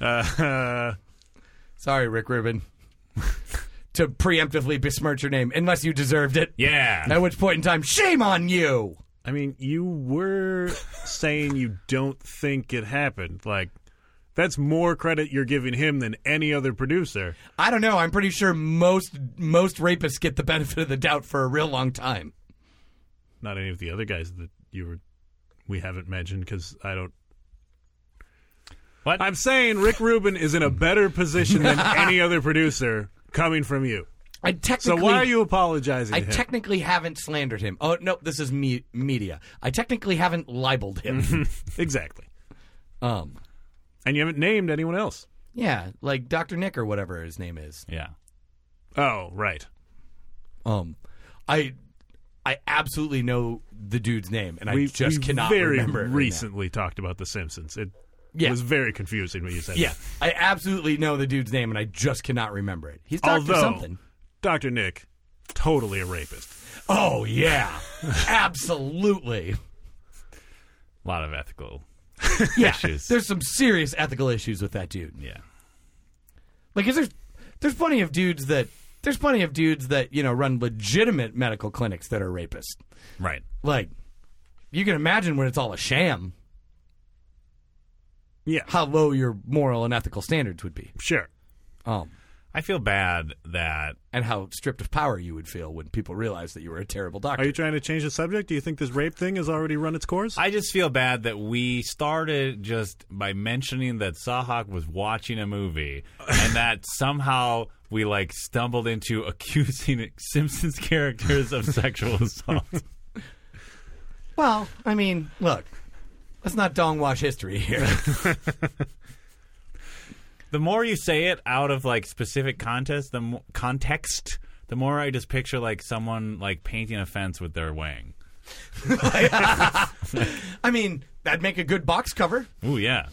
Speaker 3: Uh, *laughs*
Speaker 1: Sorry, Rick Rubin. *laughs* to preemptively besmirch your name, unless you deserved it.
Speaker 2: Yeah.
Speaker 1: At which point in time, shame on you.
Speaker 3: I mean, you were saying you don't think it happened. Like, that's more credit you're giving him than any other producer.
Speaker 1: I don't know. I'm pretty sure most most rapists get the benefit of the doubt for a real long time.
Speaker 3: Not any of the other guys that you were, we haven't mentioned because I don't.
Speaker 2: What?
Speaker 3: I'm saying Rick Rubin is in a better position *laughs* than any other producer coming from you.
Speaker 1: I
Speaker 3: So
Speaker 1: technically
Speaker 3: why are you apologizing?
Speaker 1: I
Speaker 3: to him?
Speaker 1: technically haven't slandered him. Oh no, this is me- media. I technically haven't libeled
Speaker 3: Mm.
Speaker 1: him.
Speaker 3: *laughs* exactly,
Speaker 1: um,
Speaker 3: and you haven't named anyone else.
Speaker 1: *laughs* yeah, like Doctor Nick or whatever his name is.
Speaker 2: Yeah.
Speaker 3: Oh, right.
Speaker 1: Um, I I absolutely know the dude's name, and
Speaker 3: we
Speaker 1: I just
Speaker 3: we
Speaker 1: cannot
Speaker 3: very
Speaker 1: remember. it right now.
Speaker 3: recently talked about The Simpsons. It
Speaker 1: Yeah.
Speaker 3: was very confusing when you said
Speaker 1: Yeah,
Speaker 3: that.
Speaker 1: I absolutely know the dude's name, and I just cannot remember it. He's Doctor
Speaker 3: Although
Speaker 1: something.
Speaker 3: Dr. Nick, totally a rapist.
Speaker 1: Oh yeah, *laughs* absolutely.
Speaker 2: A lot of ethical.
Speaker 1: Yeah,
Speaker 2: Issues.
Speaker 1: there's some serious ethical issues with that dude.
Speaker 2: Yeah.
Speaker 1: Like, is there's there's plenty of dudes that there's plenty of dudes that you know run legitimate medical clinics that are rapists.
Speaker 2: Right.
Speaker 1: Like, you can imagine when it's all a sham,
Speaker 3: Yeah,
Speaker 1: how low your moral and ethical standards would be,
Speaker 3: sure.
Speaker 1: um,
Speaker 2: I feel bad that
Speaker 1: and how stripped of power you would feel when people realize that you were a terrible doctor.
Speaker 3: Are you trying to change the subject? Do you think this rape thing has already run its course?
Speaker 2: I just feel bad that we started just by mentioning that Sahak was watching a movie and that somehow we like stumbled into accusing *laughs* Simpsons characters of sexual assault.
Speaker 1: well, I mean, look, let's not dong wash history
Speaker 3: *laughs*
Speaker 1: here.
Speaker 2: the more you say it out of like specific context, the mo- context, the more I just picture like someone like painting a fence with their wang.
Speaker 1: I mean, that'd make a good box cover.
Speaker 2: Ooh yeah.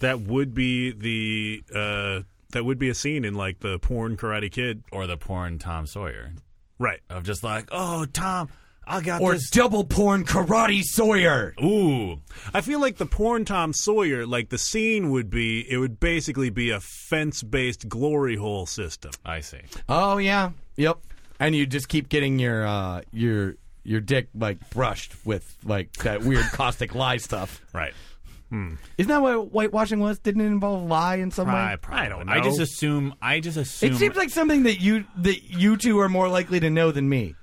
Speaker 3: that would be the uh, that would be a scene in like the porn Karate Kid,
Speaker 2: Or the porn Tom Sawyer
Speaker 3: right?
Speaker 2: of just like, oh Tom, I got
Speaker 1: Or
Speaker 2: this.
Speaker 1: double porn karate Sawyer.
Speaker 2: Ooh,
Speaker 3: I feel like the porn Tom Sawyer, like the scene would be, it would basically be a fence based glory hole system.
Speaker 2: I see.
Speaker 1: Oh yeah. Yep. And you just keep getting your uh your your dick like brushed with like that weird *laughs* caustic lie stuff.
Speaker 2: Right.
Speaker 1: Isn't that what whitewashing was? Didn't it involve lie in some way?
Speaker 2: probably.
Speaker 3: I don't
Speaker 2: I
Speaker 3: know.
Speaker 2: just assume. I just assume.
Speaker 1: It seems like something that you that you two are more likely to know than me.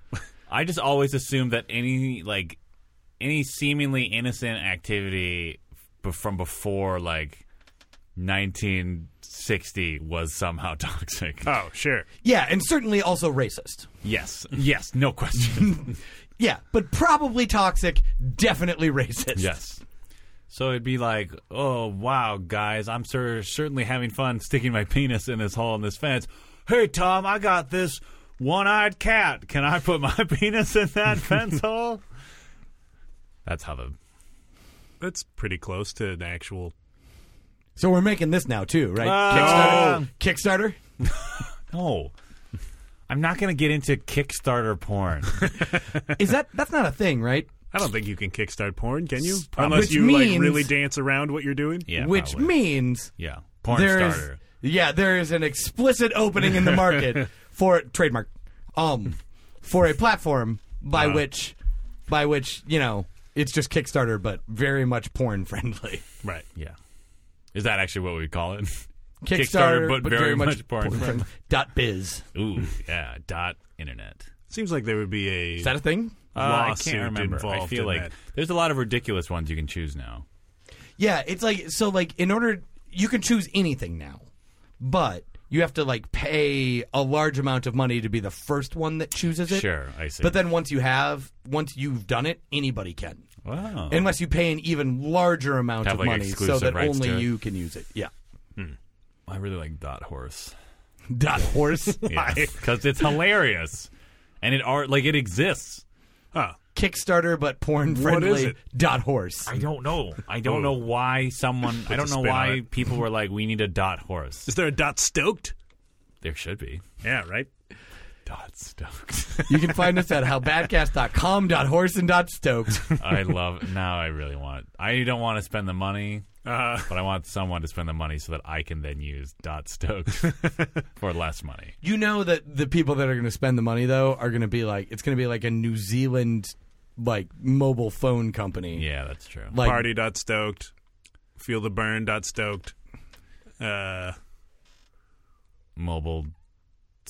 Speaker 2: I just always assume that any like any seemingly innocent activity b- from before like 1960 was somehow *laughs* toxic.
Speaker 3: Oh, sure.
Speaker 1: Yeah, and certainly also racist.
Speaker 2: yes. Yes. No question.
Speaker 1: Yeah, but probably toxic, definitely racist.
Speaker 2: yes. So it'd be like, oh wow, guys, I'm cer- certainly having fun sticking my *laughs* penis in this hole in this fence. Hey Tom, I got this one-eyed cat. Can I put my *laughs* penis in that fence hole? *laughs* That's how the
Speaker 3: That's pretty close to an actual.
Speaker 1: So we're making this now too, right?
Speaker 2: Ah.
Speaker 1: Kickstarter? Kickstarter?
Speaker 2: No. I'm not going to get into Kickstarter porn.
Speaker 1: Is that that's not a thing, right?
Speaker 3: I don't think you can kickstart porn, can you? Unless
Speaker 2: Probably.
Speaker 1: uh, Which
Speaker 3: you like
Speaker 1: means-
Speaker 3: really dance around what you're doing.
Speaker 2: *laughs* Yeah,
Speaker 1: Which
Speaker 2: probably.
Speaker 1: means
Speaker 2: yeah, porn
Speaker 1: there is-
Speaker 2: starter.
Speaker 1: yeah, there is an explicit opening in the *laughs* market for trademark, um, for a platform by which, by which you know, it's just Kickstarter, but very much porn friendly.
Speaker 3: Right.
Speaker 2: *laughs* Yeah, is that actually what we call it?
Speaker 1: *laughs*
Speaker 2: *laughs*
Speaker 1: Kickstarter,
Speaker 2: but very much porn
Speaker 1: *laughs* Dot biz.
Speaker 2: Ooh, yeah. Dot internet.
Speaker 3: Seems like there would be a
Speaker 1: Is that a thing?
Speaker 2: Uh, I
Speaker 3: lawsuit
Speaker 2: can't remember.
Speaker 3: involved
Speaker 2: I feel
Speaker 3: in
Speaker 2: like
Speaker 3: that.
Speaker 2: there's a lot of ridiculous ones you can choose now.
Speaker 1: Yeah, it's like so like in order you can choose anything now, but you have to like pay a large amount of money to be the first one that chooses it.
Speaker 2: Sure, I see.
Speaker 1: But then once you have once you've done it, anybody can.
Speaker 2: Wow.
Speaker 1: Unless you pay an even larger amount
Speaker 2: Have,
Speaker 1: of
Speaker 2: like,
Speaker 1: money so
Speaker 2: exclusive
Speaker 1: that
Speaker 2: rights to
Speaker 1: only
Speaker 2: it.
Speaker 1: you can use it.
Speaker 2: *laughs*
Speaker 1: Yeah.
Speaker 2: I really like Dot *laughs* Horse.
Speaker 1: Dot
Speaker 2: *laughs*
Speaker 1: horse
Speaker 2: Because it's hilarious. And it art like it exists.
Speaker 3: Huh.
Speaker 1: Kickstarter but porn
Speaker 3: is
Speaker 1: friendly
Speaker 3: it?
Speaker 1: dot horse.
Speaker 2: *laughs* I don't know. I
Speaker 3: Ooh.
Speaker 2: don't know why someone I don't
Speaker 3: spin
Speaker 2: know
Speaker 3: on
Speaker 2: why
Speaker 3: it.
Speaker 2: people were like, We need a dot horse.
Speaker 3: Is there a dot stoked?
Speaker 2: *laughs* There should be.
Speaker 3: Yeah, right.
Speaker 2: Dot stoked.
Speaker 1: You can find us at
Speaker 2: *laughs*
Speaker 1: howbadcast.com.horse.stoked.
Speaker 2: *laughs* I love now I really want I don't want to spend the money,
Speaker 3: Uh,
Speaker 2: but I want someone to spend the money so that I can then use dot *laughs* stoked for less money.
Speaker 1: You know that the people that are going to spend the money though are going to be like it's going to be like a New Zealand like mobile phone company.
Speaker 2: Yeah, that's true.
Speaker 1: Like
Speaker 3: party dot stoked. Feel the burn dot stoked. Uh,
Speaker 2: Mobile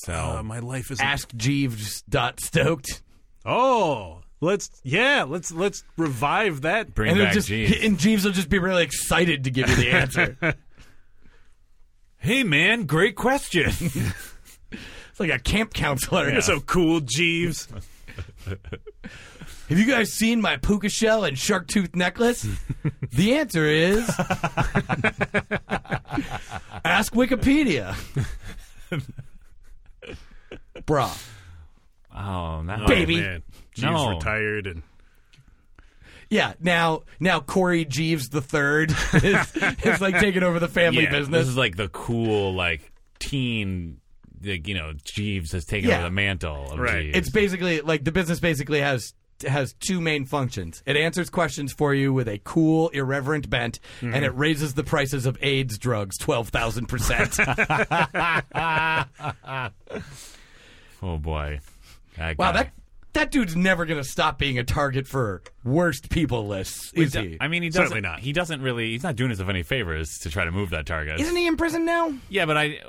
Speaker 2: cell
Speaker 3: uh, my life is
Speaker 1: ask Jeeves dot stoked.
Speaker 3: Oh, let's yeah, let's let's revive that.
Speaker 2: bring
Speaker 1: And, it'll
Speaker 2: back
Speaker 1: just,
Speaker 2: Jeeves.
Speaker 1: and Jeeves will just be really excited to give you the
Speaker 2: *laughs*
Speaker 1: answer.
Speaker 2: Hey man, great
Speaker 3: *laughs*
Speaker 2: question.
Speaker 1: it's like a camp counselor.
Speaker 3: You're so cool,
Speaker 2: *laughs*
Speaker 3: Jeeves.
Speaker 1: Have you guys seen my puka shell and shark tooth
Speaker 2: *laughs*
Speaker 1: necklace? the answer is ask Wikipedia. Bruh.
Speaker 2: oh, that
Speaker 1: Baby.
Speaker 3: Oh, man. Jeeves
Speaker 2: No.
Speaker 3: retired and
Speaker 1: Yeah, now now Corey Jeeves the third is, is like taking over the family
Speaker 2: Yeah,
Speaker 1: business.
Speaker 2: This is like the cool like teen like you know Jeeves has taken
Speaker 1: Yeah.
Speaker 2: over the mantle. Of
Speaker 3: Right.
Speaker 2: Jeeves.
Speaker 1: it's basically like the business basically has has two main functions. It answers questions for you with a cool, irreverent bent,
Speaker 2: Mm-hmm.
Speaker 1: and it raises the prices of AIDS drugs twelve thousand percent.
Speaker 2: oh boy. That
Speaker 1: Wow,
Speaker 2: guy.
Speaker 1: that that dude's never gonna stop being a target for worst people lists, is
Speaker 2: Do-
Speaker 1: he?
Speaker 2: I mean, he doesn't.
Speaker 3: Certainly not.
Speaker 2: He doesn't really. He's not doing himself any favors to try to move that target.
Speaker 1: Isn't he in prison now?
Speaker 2: yeah, but I.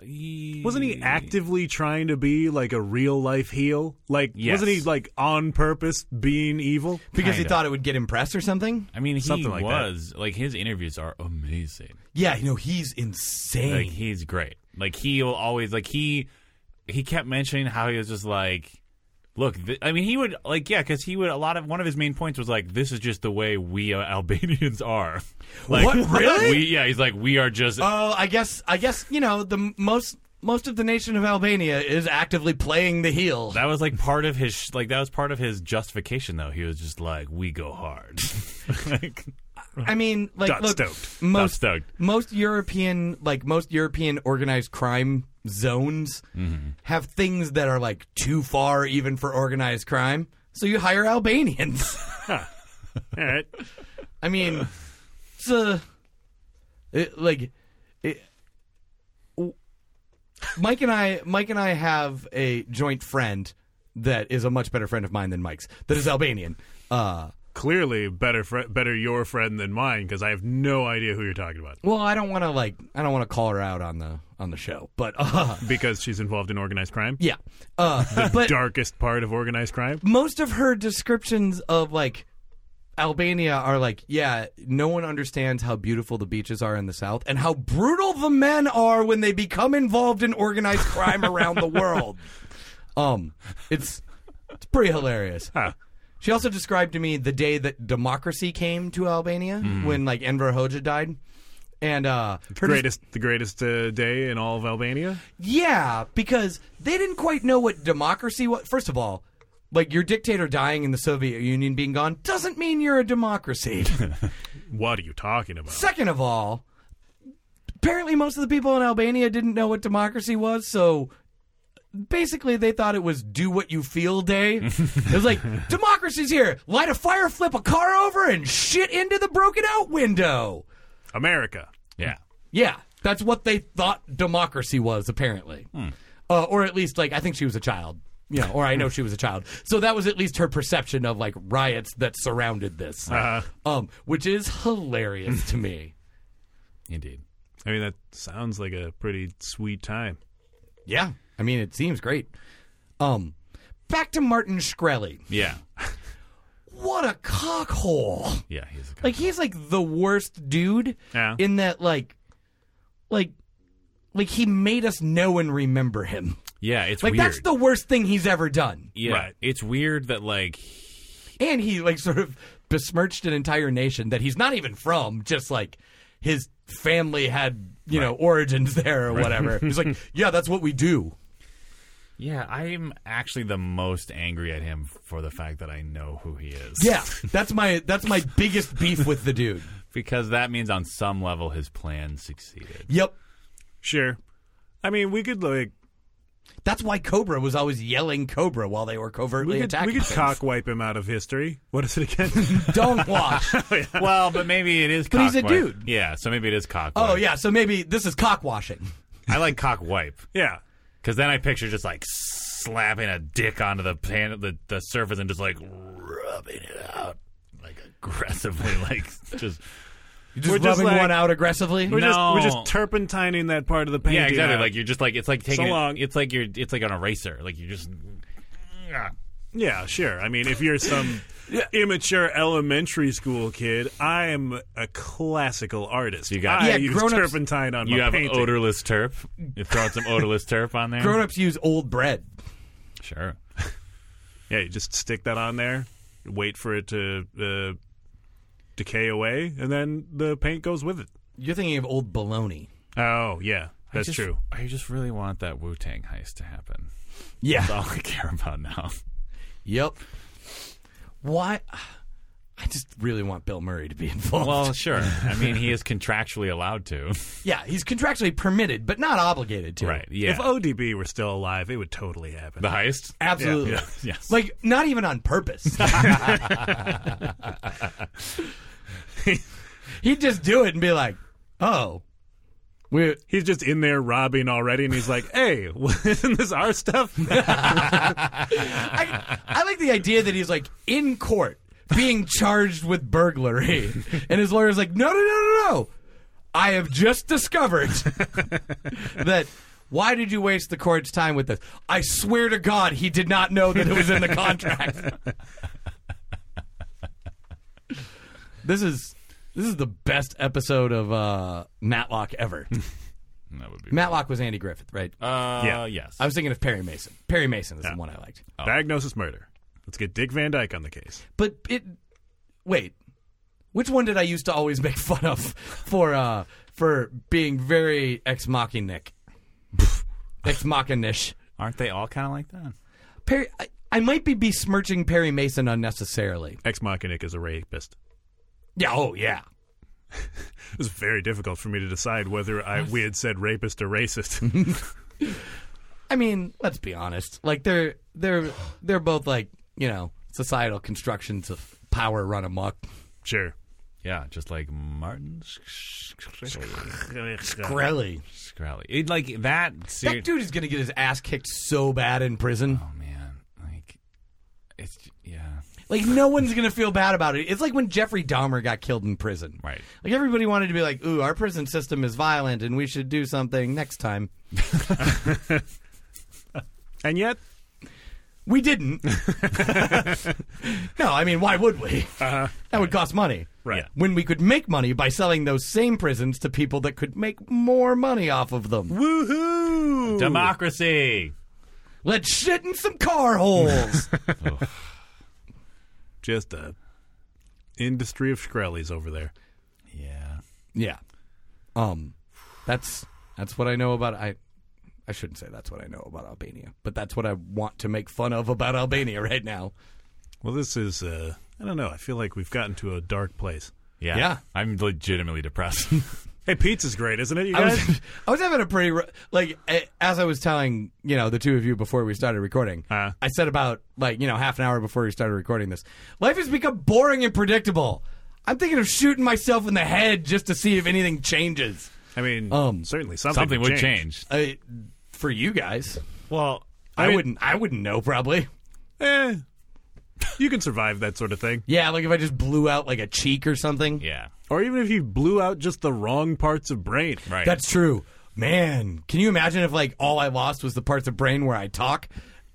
Speaker 2: he,
Speaker 3: wasn't he actively trying to be like a real life heel? Like
Speaker 2: Yes.
Speaker 3: wasn't he like on purpose being evil?
Speaker 1: Because he
Speaker 2: Kinda.
Speaker 1: thought it would get him press or something?
Speaker 2: I mean, he
Speaker 3: Something like that.
Speaker 2: was like his interviews are amazing.
Speaker 1: Yeah, you know, he's insane.
Speaker 2: Like he's great. Like he will always like he he kept mentioning how he was just like look th- I mean he would like yeah cuz he would a lot of one of his main points was like this is just the way we uh, Albanians are. *laughs* Like
Speaker 1: What? Really?
Speaker 2: We, yeah, he's like we are just
Speaker 1: Oh, I guess I guess, you know, the m- most most of the nation of Albania is actively playing the heel.
Speaker 2: that was like part of his like that was part of his justification though. He was just like we go hard. *laughs* like
Speaker 1: I mean, like
Speaker 3: Dot
Speaker 1: look,
Speaker 3: stoked.
Speaker 1: most
Speaker 2: stoked.
Speaker 1: most European like most European organized crime zones have things that are like too far even for organized crime. So you hire Albanians. *laughs*
Speaker 3: All right.
Speaker 1: I mean, it's a it, like it, w- Mike and I. Mike and I have a joint friend that is a much better friend of mine than Mike's. That is Albanian. Uh,
Speaker 3: Clearly better fr- better your friend than mine cuz I have no idea who you're talking about
Speaker 1: well, I don't want to like I don't want to call her out on the on the show, but uh,
Speaker 3: because she's involved in organized crime.
Speaker 1: yeah, uh,
Speaker 2: *laughs*
Speaker 1: but
Speaker 3: Darkest part of organized crime.
Speaker 1: most of her descriptions of like Albania are like, yeah, no one understands how beautiful the beaches are in the South and how brutal the men are when they become involved in organized crime around the world. Um, it's it's pretty hilarious. She also described to me the day that democracy came to Albania when like Enver Hoxha died, and uh, her des-
Speaker 3: Greatest the greatest uh, day in all of Albania.
Speaker 1: yeah, because they didn't quite know what democracy was. First of all, like your dictator dying and the Soviet Union being gone doesn't mean you're a democracy.
Speaker 3: What are you talking about?
Speaker 1: Second of all, apparently most of the people in Albania didn't know what democracy was, so basically they thought it was do what you feel day. it was like, democracy's here. Light a fire, flip a car over, and shit into the broken out window.
Speaker 3: America.
Speaker 2: Yeah.
Speaker 1: Yeah, that's what they thought democracy was, apparently. Uh, or at least, like, I think she was a child. You know, or I know she was a child. So that was at least her perception of, like, riots that surrounded this. Um, which is hilarious to me.
Speaker 2: Indeed.
Speaker 3: I mean, that sounds like a pretty sweet time.
Speaker 1: Yeah. I mean, it seems great. Um, back to Martin Shkreli.
Speaker 2: Yeah.
Speaker 1: What a cockhole.
Speaker 2: Yeah. He's a
Speaker 1: Like he's like the worst dude
Speaker 3: Yeah.
Speaker 1: in that like like like he made us know and remember him.
Speaker 2: yeah. It's
Speaker 1: Like
Speaker 2: weird.
Speaker 1: that's the worst thing he's ever done.
Speaker 2: yeah.
Speaker 3: Right.
Speaker 2: It's weird that like
Speaker 1: And he like sort of besmirched an entire nation that he's not even from, just like his family had, you know, origins there or
Speaker 3: *laughs*
Speaker 1: whatever. he's like, "Yeah, that's what we do."
Speaker 2: yeah, I'm actually the most angry at him for the fact that I know who he is.
Speaker 1: Yeah, that's my that's my biggest beef with the dude.
Speaker 2: Because that means on some level his
Speaker 1: *laughs*
Speaker 2: plan succeeded.
Speaker 1: Yep.
Speaker 3: Sure. I mean, we could like
Speaker 1: That's why Cobra was always yelling Cobra while they were covertly
Speaker 3: we could,
Speaker 1: attacking.
Speaker 3: we could
Speaker 1: things.
Speaker 3: cock wipe him out of history. What is it
Speaker 2: *laughs*
Speaker 3: again? *laughs*
Speaker 1: Don't watch.
Speaker 2: well, but maybe it is.
Speaker 1: But he's a
Speaker 2: cockwipe.
Speaker 1: dude.
Speaker 2: Yeah, so maybe it is cock.
Speaker 1: Oh
Speaker 2: wipe.
Speaker 1: yeah, so maybe this is cock washing.
Speaker 2: I like cock wipe
Speaker 3: yeah.
Speaker 2: because then I picture just like slapping a dick onto the pan, the, the surface, and just like rubbing it out like aggressively, *laughs* like just
Speaker 1: You're just
Speaker 3: We're just
Speaker 1: rubbing
Speaker 3: like-
Speaker 1: one out aggressively.
Speaker 3: We're just we're
Speaker 2: No.
Speaker 3: just turpentining that part of the painting.
Speaker 2: yeah, exactly.
Speaker 3: out.
Speaker 2: Like you're just like it's like taking
Speaker 3: So
Speaker 2: it-
Speaker 3: long.
Speaker 2: it's like you're it's like an eraser. Like you're just
Speaker 3: Yeah, sure. I mean, if you're
Speaker 2: *laughs*
Speaker 3: some immature elementary school kid, I am a classical artist.
Speaker 2: You got-
Speaker 3: I
Speaker 1: Yeah,
Speaker 3: use
Speaker 1: grown-ups-
Speaker 3: turpentine on
Speaker 2: you
Speaker 3: my
Speaker 2: have
Speaker 3: painting.
Speaker 2: odorless turp. You throw out some odorless turp on there.
Speaker 1: Grown-ups use old bread.
Speaker 2: Sure.
Speaker 3: Yeah, you just stick that on there, wait for it to uh, decay away, and then the paint goes with it.
Speaker 1: You're thinking of old bologna.
Speaker 3: Oh, yeah, that's
Speaker 2: I just-
Speaker 3: true.
Speaker 2: I just really want that Wu Tang heist to happen.
Speaker 1: Yeah.
Speaker 2: That's all I care about now.
Speaker 1: Yep. Why? *sighs* I just really want Bill Murray to be *laughs* involved.
Speaker 2: Well, sure. I mean, he is contractually allowed to.
Speaker 1: yeah, he's contractually permitted, but not obligated to.
Speaker 2: Right. Yeah.
Speaker 3: If ODB were still alive, it would totally happen.
Speaker 2: the heist.
Speaker 1: Absolutely.
Speaker 2: Yeah,
Speaker 1: *laughs*
Speaker 2: yes.
Speaker 1: Like, not even on
Speaker 2: *laughs*
Speaker 1: purpose. *laughs* He'd just do it and be like, oh, we're,
Speaker 3: He's just in there robbing already, and he's *laughs* like, "Hey, isn't this our stuff?"
Speaker 1: I, I like the idea that he's like in court being charged with burglary, and his lawyer's like, no, no, no, no, no. I have just discovered *laughs* that. Why did you waste the court's time with this? I swear to God, he did not know that it was in the contract. this is this is the best episode of uh, Matlock ever.
Speaker 2: That would be.
Speaker 1: Matlock was Andy Griffith, right?
Speaker 2: uh,
Speaker 3: *laughs* Yeah.
Speaker 2: Yes.
Speaker 1: I was thinking of Perry Mason. Perry Mason is the one I liked.
Speaker 3: Oh. Diagnosis murder. Let's get Dick Van Dyke on the case.
Speaker 1: But it wait. Which one did I used to always make *laughs* fun of for uh for being very ex machinic? ex machinish.
Speaker 2: Aren't they all kind of like that?
Speaker 1: Perry I, I might be besmirching Perry Mason unnecessarily.
Speaker 3: Ex Machinic is a rapist.
Speaker 1: Yeah, oh yeah.
Speaker 3: It was very difficult for me to decide whether I we had said rapist or *laughs* racist.
Speaker 1: I mean, let's be honest. Like they're they're they're both like, you know, societal constructions of power run amok.
Speaker 3: sure.
Speaker 2: Yeah, just like Martin Shkreli.
Speaker 1: Grelly.
Speaker 2: It like that. Ser-
Speaker 1: That dude is gonna get his ass kicked so bad in prison.
Speaker 2: oh man, like it's yeah,
Speaker 1: Like no one's gonna feel bad about it. It's like when Jeffrey Dahmer got killed in prison.
Speaker 2: right.
Speaker 1: Like everybody wanted to be like, "Ooh, our prison system is violent, and we should do something next time."
Speaker 3: And yet,
Speaker 1: We didn't. no, I mean, why would we? That would cost money.
Speaker 3: right.
Speaker 2: Yeah.
Speaker 1: When we could make money by selling those same prisons to people that could make more money off of them.
Speaker 3: Woohoo!
Speaker 2: Democracy.
Speaker 1: Let's shit in some car holes.
Speaker 3: Just a industry of Shkrellies over there.
Speaker 2: Yeah.
Speaker 1: yeah. Um, that's that's what I know about. I I shouldn't say that's what I know about Albania, but that's what I want to make fun of about Albania right now.
Speaker 3: Well, this is. Uh, I don't know. I feel like we've gotten to a dark place.
Speaker 2: Yeah.
Speaker 1: Yeah.
Speaker 2: I'm legitimately depressed.
Speaker 3: Hey, pizza's great, isn't it? You
Speaker 1: I
Speaker 3: guys.
Speaker 1: *laughs* was, I was having a pretty ru- like a- as I was telling you know the two of you before we started recording.
Speaker 3: Uh-huh.
Speaker 1: I said about like you know half an hour before we started recording this. Life has become boring and predictable. I'm thinking of shooting myself in the head just to see if anything changes.
Speaker 3: I mean,
Speaker 1: Um,
Speaker 3: certainly something,
Speaker 2: Something would change.
Speaker 1: I, for you guys,
Speaker 2: Well,
Speaker 1: I,
Speaker 3: mean-
Speaker 1: wouldn't. I wouldn't know probably.
Speaker 3: Eh, you can survive that sort of thing.
Speaker 1: Yeah, like if I just blew out like a cheek or something.
Speaker 2: yeah.
Speaker 3: Or even if you blew out just the wrong parts of brain.
Speaker 2: Right.
Speaker 1: That's true. Man, can you imagine if like all I lost was the parts of brain where I talk?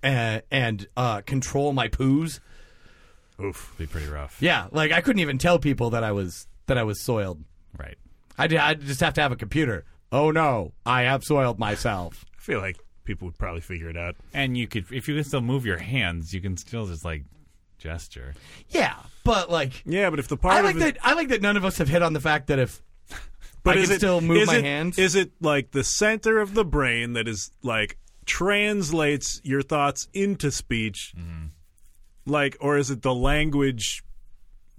Speaker 1: and, and uh, control my poos.
Speaker 3: Oof.
Speaker 2: Be pretty rough.
Speaker 1: Yeah, like I couldn't even tell people that I was that I was soiled.
Speaker 2: Right.
Speaker 1: I I just have to have a computer. Oh no, I have soiled myself.
Speaker 3: I feel like people would probably figure it out.
Speaker 2: And you could, if you can still move your hands, you can still just like gesture.
Speaker 1: Yeah, but like
Speaker 3: Yeah, but if the part
Speaker 1: I
Speaker 3: of
Speaker 1: like
Speaker 3: it-
Speaker 1: that I like that none of us have hit on the fact that if
Speaker 3: but
Speaker 1: I
Speaker 3: is
Speaker 1: can
Speaker 3: it,
Speaker 1: still move
Speaker 3: is
Speaker 1: my
Speaker 3: it-
Speaker 1: hands.
Speaker 3: Is it like the center of the brain that is like translates your thoughts into speech?
Speaker 1: Mm-hmm.
Speaker 3: Like, or is it the language,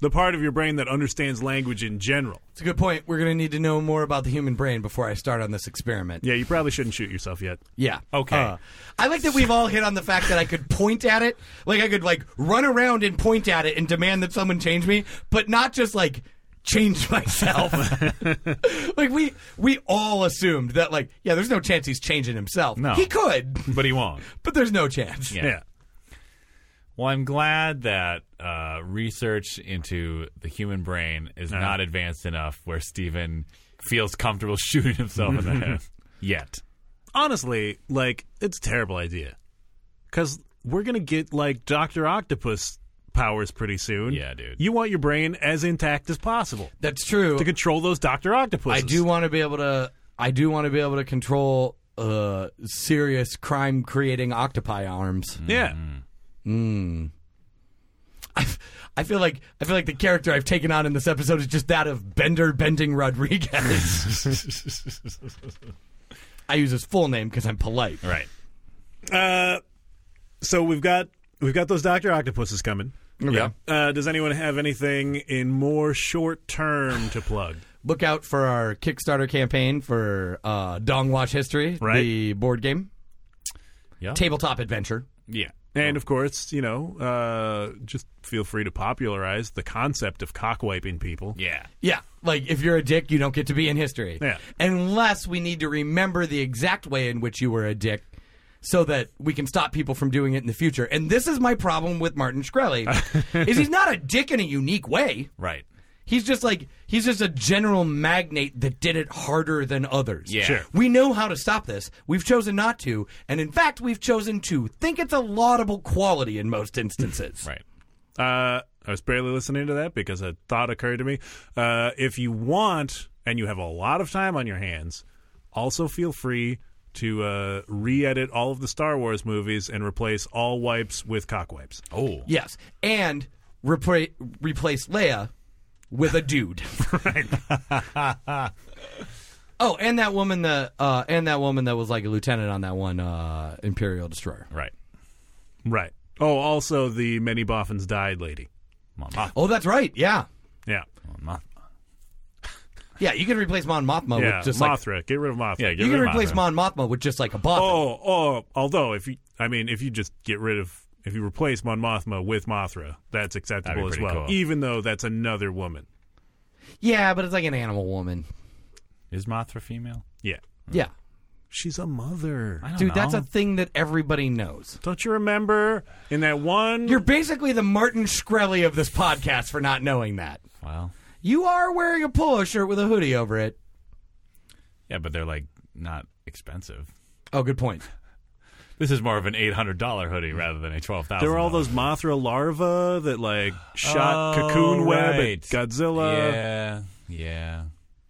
Speaker 3: the part of your brain that understands language in general?
Speaker 1: it's a good point, we're gonna need to know more about the human brain before I start on this experiment.
Speaker 3: Yeah, you probably shouldn't shoot yourself yet.
Speaker 1: Yeah.
Speaker 2: Okay.
Speaker 1: Uh, I like that we've all hit on the fact that I could point at it. Like I could like run around and point at it and demand that someone change me, but not just like change *laughs*
Speaker 2: *laughs*
Speaker 1: myself. like we we all assumed that like yeah, there's no chance he's changing himself.
Speaker 2: No.
Speaker 1: He could,
Speaker 2: But he *laughs* won't.
Speaker 1: but there's no chance.
Speaker 2: Yeah. Well, I'm glad that uh, research into the human brain is not advanced enough where Steven feels comfortable *laughs* shooting himself in the head yet.
Speaker 3: Honestly, like it's a terrible idea because we're gonna get like Doctor Octopus powers pretty soon.
Speaker 2: Yeah, dude.
Speaker 3: You want your brain as intact as possible
Speaker 1: That's true.
Speaker 3: to control those Doctor Octopuses.
Speaker 1: I do want to be able to. I do want to be able to control uh, serious crime creating octopi arms.
Speaker 3: Yeah.
Speaker 1: I, I feel like I feel like the character I've taken on in this episode is just that of Bender Bending Rodriguez. I use his full name because I'm polite.
Speaker 2: Right.
Speaker 3: Uh, so we've got we've got those Doctor Octopuses coming.
Speaker 1: Yeah.
Speaker 3: Uh, does anyone have anything in more short term to plug?
Speaker 1: Look out for our Kickstarter campaign for uh, Dong Watch History,
Speaker 3: Right.
Speaker 1: the board game,
Speaker 2: Yeah.
Speaker 1: tabletop adventure.
Speaker 2: yeah.
Speaker 3: And of course, you know, uh, just feel free to popularize the concept of cock wiping people.
Speaker 2: Yeah.
Speaker 1: Yeah, like if you're a dick, you don't get to be in history.
Speaker 3: Yeah.
Speaker 1: Unless we need to remember the exact way in which you were a dick so that we can stop people from doing it in the future. And this is my problem with Martin Shkreli is he's not a dick in a unique way.
Speaker 2: Right.
Speaker 1: He's just like he's just a general magnate that did it harder than others.
Speaker 2: Yeah. Sure.
Speaker 1: We know how to stop this. We've chosen not to, and in fact, we've chosen to think it's a laudable quality in most
Speaker 2: *laughs*
Speaker 1: instances.
Speaker 2: Right.
Speaker 3: Uh, I was barely listening to that because a thought occurred to me. Uh, if you want, and you have a lot of time on your hands, also feel free to uh, re-edit all of the Star Wars movies and replace all wipes with cock wipes.
Speaker 2: Oh.
Speaker 1: Yes, and repra- replace Leia with a dude. right. *laughs* oh, and that woman that uh, and that woman that was like a lieutenant on that one uh, Imperial destroyer.
Speaker 2: Right.
Speaker 3: Right. Oh, also the many boffins died lady.
Speaker 2: Mon
Speaker 1: Oh, that's right. Yeah,
Speaker 3: Yeah.
Speaker 2: Mothma.
Speaker 1: yeah. You can replace Mon Mothma
Speaker 3: Yeah.
Speaker 1: with just like
Speaker 3: Mothra. Get rid of Mothra.
Speaker 2: Oh, Yeah. Get
Speaker 1: you
Speaker 2: rid
Speaker 1: can
Speaker 2: of
Speaker 1: replace
Speaker 2: Mothma.
Speaker 1: Mon Mothma with just like a boffin.
Speaker 3: Oh, oh. Although, if you, I mean, if you just get rid of, if you replace Mon Mothma with Mothra, that's acceptable as
Speaker 2: pretty
Speaker 3: well.
Speaker 2: cool.
Speaker 3: Even though that's another woman.
Speaker 1: Yeah, but it's like an animal woman.
Speaker 2: Is Mothra female?
Speaker 3: Yeah.
Speaker 1: Yeah,
Speaker 3: She's a mother.
Speaker 2: I don't
Speaker 1: dude,
Speaker 2: know.
Speaker 1: that's a thing that everybody knows.
Speaker 3: Don't you remember in that one?
Speaker 1: You're basically the Martin Shkreli of this podcast for not knowing that.
Speaker 2: Well.
Speaker 1: You are wearing a polo shirt with a hoodie over it.
Speaker 2: Yeah, but they're like not expensive.
Speaker 1: Oh, good point.
Speaker 2: This is more of an eight hundred dollar hoodie rather than a twelve thousand.
Speaker 3: there were all those Mothra larvae that like shot
Speaker 2: Oh,
Speaker 3: cocoon web
Speaker 2: right.
Speaker 3: at Godzilla.
Speaker 2: Yeah, yeah.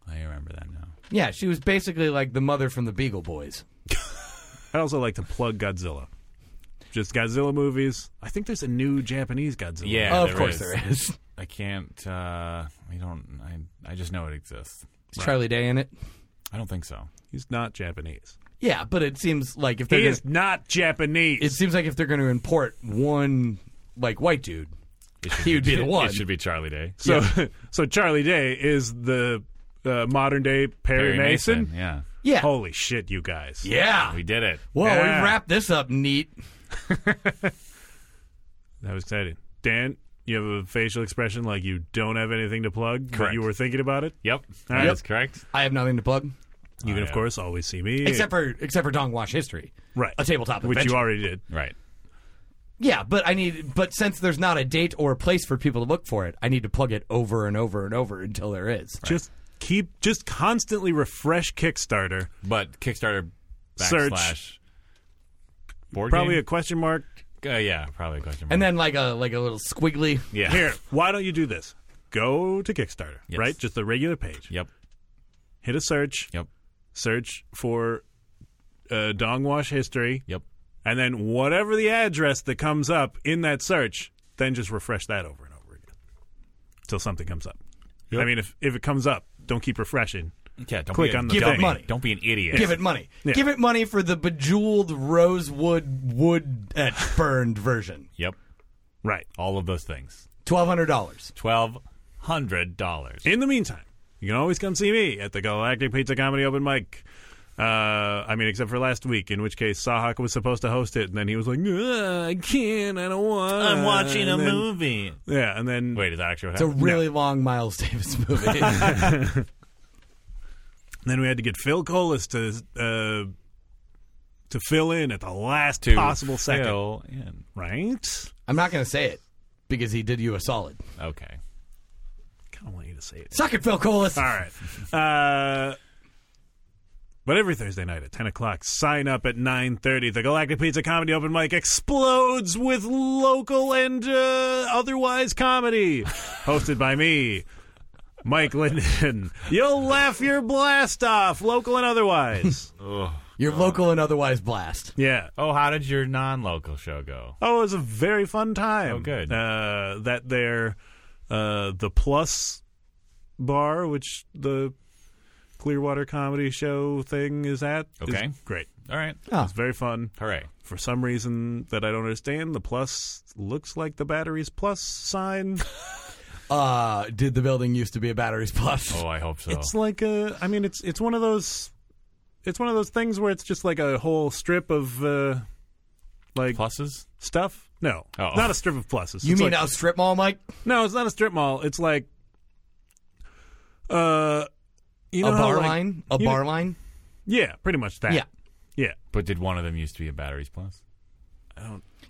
Speaker 2: I remember that now.
Speaker 1: Yeah, she was basically like the mother from the Beagle Boys.
Speaker 3: I'd also like to plug Godzilla. Just Godzilla movies. I think there's a new Japanese Godzilla.
Speaker 2: Yeah.
Speaker 1: of
Speaker 2: there
Speaker 1: course
Speaker 2: is.
Speaker 1: there is. *laughs*
Speaker 2: I can't. uh I don't. I I just know it exists.
Speaker 1: Is Charlie Day in it?
Speaker 2: I don't think so.
Speaker 3: He's not Japanese.
Speaker 1: Yeah, but it seems like if they're
Speaker 3: He
Speaker 1: gonna,
Speaker 3: is not Japanese.
Speaker 1: it seems like if they're going to import one like white dude,
Speaker 2: It should
Speaker 1: He would be the one.
Speaker 2: It should be Charlie Day.
Speaker 3: so, *laughs* so Charlie Day is the uh, modern day Perry, Mason.
Speaker 2: Yeah,
Speaker 1: yeah,
Speaker 3: Holy shit, you guys!
Speaker 1: yeah.
Speaker 2: we did it.
Speaker 1: Whoa,
Speaker 3: Yeah.
Speaker 1: we wrapped this up neat.
Speaker 3: That was exciting. Dan, you have a facial expression like you don't have anything to plug, but
Speaker 2: Correct.
Speaker 3: you were thinking about it.
Speaker 2: Yep,
Speaker 3: right.
Speaker 2: that is correct.
Speaker 1: I have nothing to plug
Speaker 3: You can,
Speaker 2: Oh,
Speaker 3: of
Speaker 2: yeah.
Speaker 3: course, always see me.
Speaker 1: except for except for Dong Wash history,
Speaker 3: right,
Speaker 1: a tabletop
Speaker 3: which
Speaker 1: adventure.
Speaker 3: you already did.
Speaker 2: Right.
Speaker 1: Yeah, but I need but since there's not a date or a place for people to look for it, I need to plug it over and over and over until there is.
Speaker 3: Just keep, just constantly refresh Kickstarter.
Speaker 2: But Kickstarter
Speaker 3: Search.
Speaker 2: backslash Board
Speaker 3: Probably a
Speaker 2: game?
Speaker 3: question mark.
Speaker 2: uh, yeah, probably a question.
Speaker 1: and
Speaker 2: mark.
Speaker 1: then like a like a little squiggly.
Speaker 2: yeah,
Speaker 3: Here, why don't you do this? Go to Kickstarter,
Speaker 2: Yes.
Speaker 3: right? Just the regular page.
Speaker 2: Yep.
Speaker 3: Hit a search.
Speaker 2: Yep.
Speaker 3: Search for uh, Dong Wash history,
Speaker 2: Yep.
Speaker 3: and then whatever the address that comes up in that search, then just refresh that over and over again until something comes up. I mean, if if it comes up, don't keep refreshing.
Speaker 2: Yeah. Don't
Speaker 3: Click
Speaker 2: be a
Speaker 3: on the
Speaker 1: Give
Speaker 2: dummy.
Speaker 1: it money.
Speaker 2: Don't be an idiot.
Speaker 1: Give it money.
Speaker 3: Yeah.
Speaker 1: Give it money for the bejeweled rosewood wood etched *laughs* burned version.
Speaker 2: Yep.
Speaker 3: Right.
Speaker 2: All of those things.
Speaker 1: Twelve hundred dollars.
Speaker 2: Twelve hundred dollars.
Speaker 3: In the meantime, you can always come see me at the Galactic Pizza Comedy Open Mic. Uh, I mean, except for last week, in which case Sahak was supposed to host it, and then he was like, "Uh, "I can't, I don't want." And then-
Speaker 2: movie.
Speaker 3: Yeah, and then
Speaker 2: Wait, is that actually what
Speaker 1: It's a
Speaker 2: happened?
Speaker 1: really long Miles Davis
Speaker 3: *laughs*
Speaker 1: movie.
Speaker 3: then we had to get Phil Colas to uh, to fill in at the last
Speaker 2: To
Speaker 3: possible second,
Speaker 2: fill in.
Speaker 3: right?
Speaker 1: I'm not going to say it because he did you a solid.
Speaker 2: Okay.
Speaker 3: Kind of want you to say it.
Speaker 1: Suck it, Phil Colas.
Speaker 3: All right. Uh, but every Thursday night at 10 o'clock, sign up at 9.30. The Galactic Pizza Comedy Open Mic explodes with local and uh, otherwise comedy. Hosted by me, Mike Linden. You'll laugh your blast off, local and otherwise.
Speaker 1: Your local and otherwise blast.
Speaker 3: yeah.
Speaker 2: Oh, how did your non-local show go?
Speaker 3: Oh, it was a very fun time.
Speaker 2: Oh, good.
Speaker 3: Uh, that there, uh, the Plus Bar, which the Clearwater Comedy Show thing is at, is
Speaker 2: Okay.
Speaker 3: great.
Speaker 2: All right.
Speaker 1: Oh.
Speaker 3: It's very fun.
Speaker 2: Hooray.
Speaker 3: For some reason that I don't understand, the Plus looks like the Batteries Plus sign.
Speaker 2: *laughs* Oh.
Speaker 1: Uh, did the building used to be a batteries plus?
Speaker 2: Oh, I hope so.
Speaker 3: It's like a. I mean, it's it's one of those. It's one of those things where it's just like a whole strip of uh, like
Speaker 2: Pluses?
Speaker 3: stuff. No,
Speaker 2: Oh.
Speaker 3: not a strip of pluses.
Speaker 1: you
Speaker 3: It's
Speaker 1: mean
Speaker 3: like-
Speaker 1: a strip mall, Mike?
Speaker 3: No, it's not a strip mall. It's like, uh, you
Speaker 1: a
Speaker 3: know how,
Speaker 1: bar
Speaker 3: like-
Speaker 1: line? A
Speaker 3: you
Speaker 1: bar
Speaker 3: know-
Speaker 1: line?
Speaker 3: Yeah, pretty much that.
Speaker 1: Yeah.
Speaker 3: yeah.
Speaker 2: But did one of them used to be a Batteries Plus?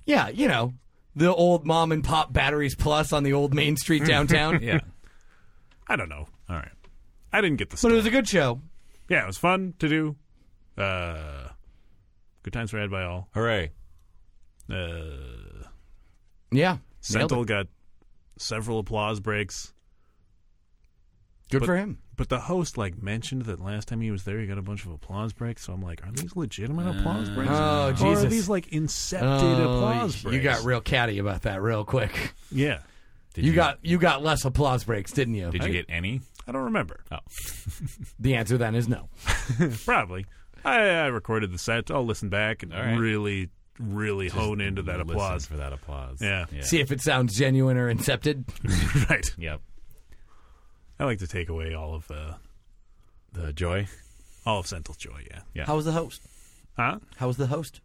Speaker 1: Yeah, you know, the old mom and pop batteries plus on the old Main
Speaker 3: *laughs*
Speaker 1: Street downtown.
Speaker 2: Yeah.
Speaker 3: I don't know.
Speaker 2: *laughs* All right.
Speaker 3: I didn't get the.
Speaker 1: But it
Speaker 3: Story.
Speaker 1: was a good show.
Speaker 3: yeah, it was fun to do. Uh, good times were had by all.
Speaker 2: Hooray.
Speaker 3: Uh,
Speaker 1: Yeah. Nailed
Speaker 3: Sentinel got several applause breaks,
Speaker 1: it. Good
Speaker 3: but-
Speaker 1: for him.
Speaker 3: but the host like mentioned that last time he was there, he got a bunch of applause breaks. So I'm like, are these legitimate applause breaks?
Speaker 1: oh,
Speaker 3: or are
Speaker 1: Jesus.
Speaker 3: these like incepted
Speaker 1: Oh,
Speaker 3: applause breaks?
Speaker 1: you got real catty about that real quick.
Speaker 3: yeah.
Speaker 2: Did
Speaker 1: you got you got less applause breaks, didn't you?
Speaker 2: Did you get any?
Speaker 3: I don't remember.
Speaker 2: Oh.
Speaker 1: the answer then is no.
Speaker 3: Probably. I, I recorded the set. I'll listen back and
Speaker 2: All right.
Speaker 3: really, really hone into that
Speaker 2: Listen
Speaker 3: applause. *laughs*
Speaker 2: for that applause.
Speaker 3: Yeah.
Speaker 2: Yeah.
Speaker 1: See if it sounds genuine or incepted.
Speaker 3: right.
Speaker 2: Yep.
Speaker 3: I like to take away all of uh,
Speaker 2: The joy.
Speaker 3: all of Sentinel Joy. Yeah.
Speaker 1: How was the host?
Speaker 3: Huh?
Speaker 1: How was the host?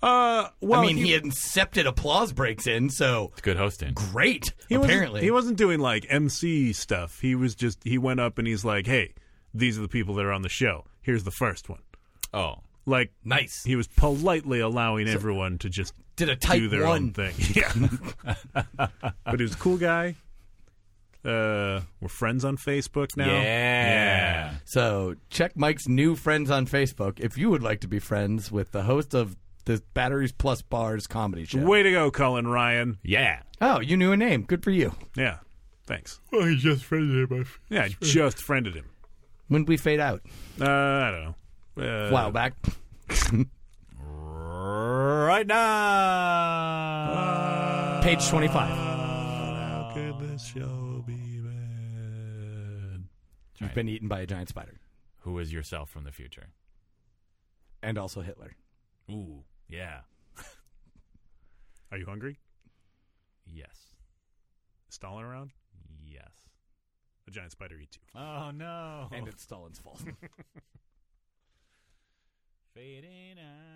Speaker 3: Uh. Well,
Speaker 1: I mean, he, incepted applause breaks in, so
Speaker 2: It's good hosting.
Speaker 1: great.
Speaker 3: he
Speaker 1: apparently,
Speaker 3: wasn't, he wasn't doing like MC stuff. He was just he went up and he's like, "Hey, these are the people that are on the show. Here's the first one."
Speaker 2: Oh.
Speaker 3: Like
Speaker 1: nice.
Speaker 3: he was politely allowing everyone to just
Speaker 1: Did a type
Speaker 3: do their
Speaker 1: one.
Speaker 3: own thing. *laughs* Yeah. but he was a cool guy. Uh, we're friends on Facebook now.
Speaker 2: Yeah.
Speaker 1: So check Mike's new friends on Facebook if you would like to be friends with the host of the Batteries Plus Bars comedy show.
Speaker 3: Way to go, Cullen Ryan.
Speaker 2: Yeah.
Speaker 1: Oh, you knew a name. Good for you.
Speaker 3: Yeah. Thanks.
Speaker 2: Well, he just friended him.
Speaker 3: Yeah, I just friended him.
Speaker 1: When did we fade out?
Speaker 3: Uh, I don't know. Uh,
Speaker 1: A while
Speaker 3: *laughs*
Speaker 1: back.
Speaker 2: Right now.
Speaker 1: Page twenty-five.
Speaker 3: How could this show be bad?
Speaker 1: You've been eaten by a giant spider,
Speaker 2: Who is yourself from the future?
Speaker 1: and also Hitler.
Speaker 2: Ooh. Yeah.
Speaker 3: Are you hungry?
Speaker 2: Yes.
Speaker 3: Stalling around?
Speaker 2: Yes.
Speaker 3: A giant spider eats you.
Speaker 2: Oh no.
Speaker 1: *laughs* And it's Stalin's fault.
Speaker 2: Fading out.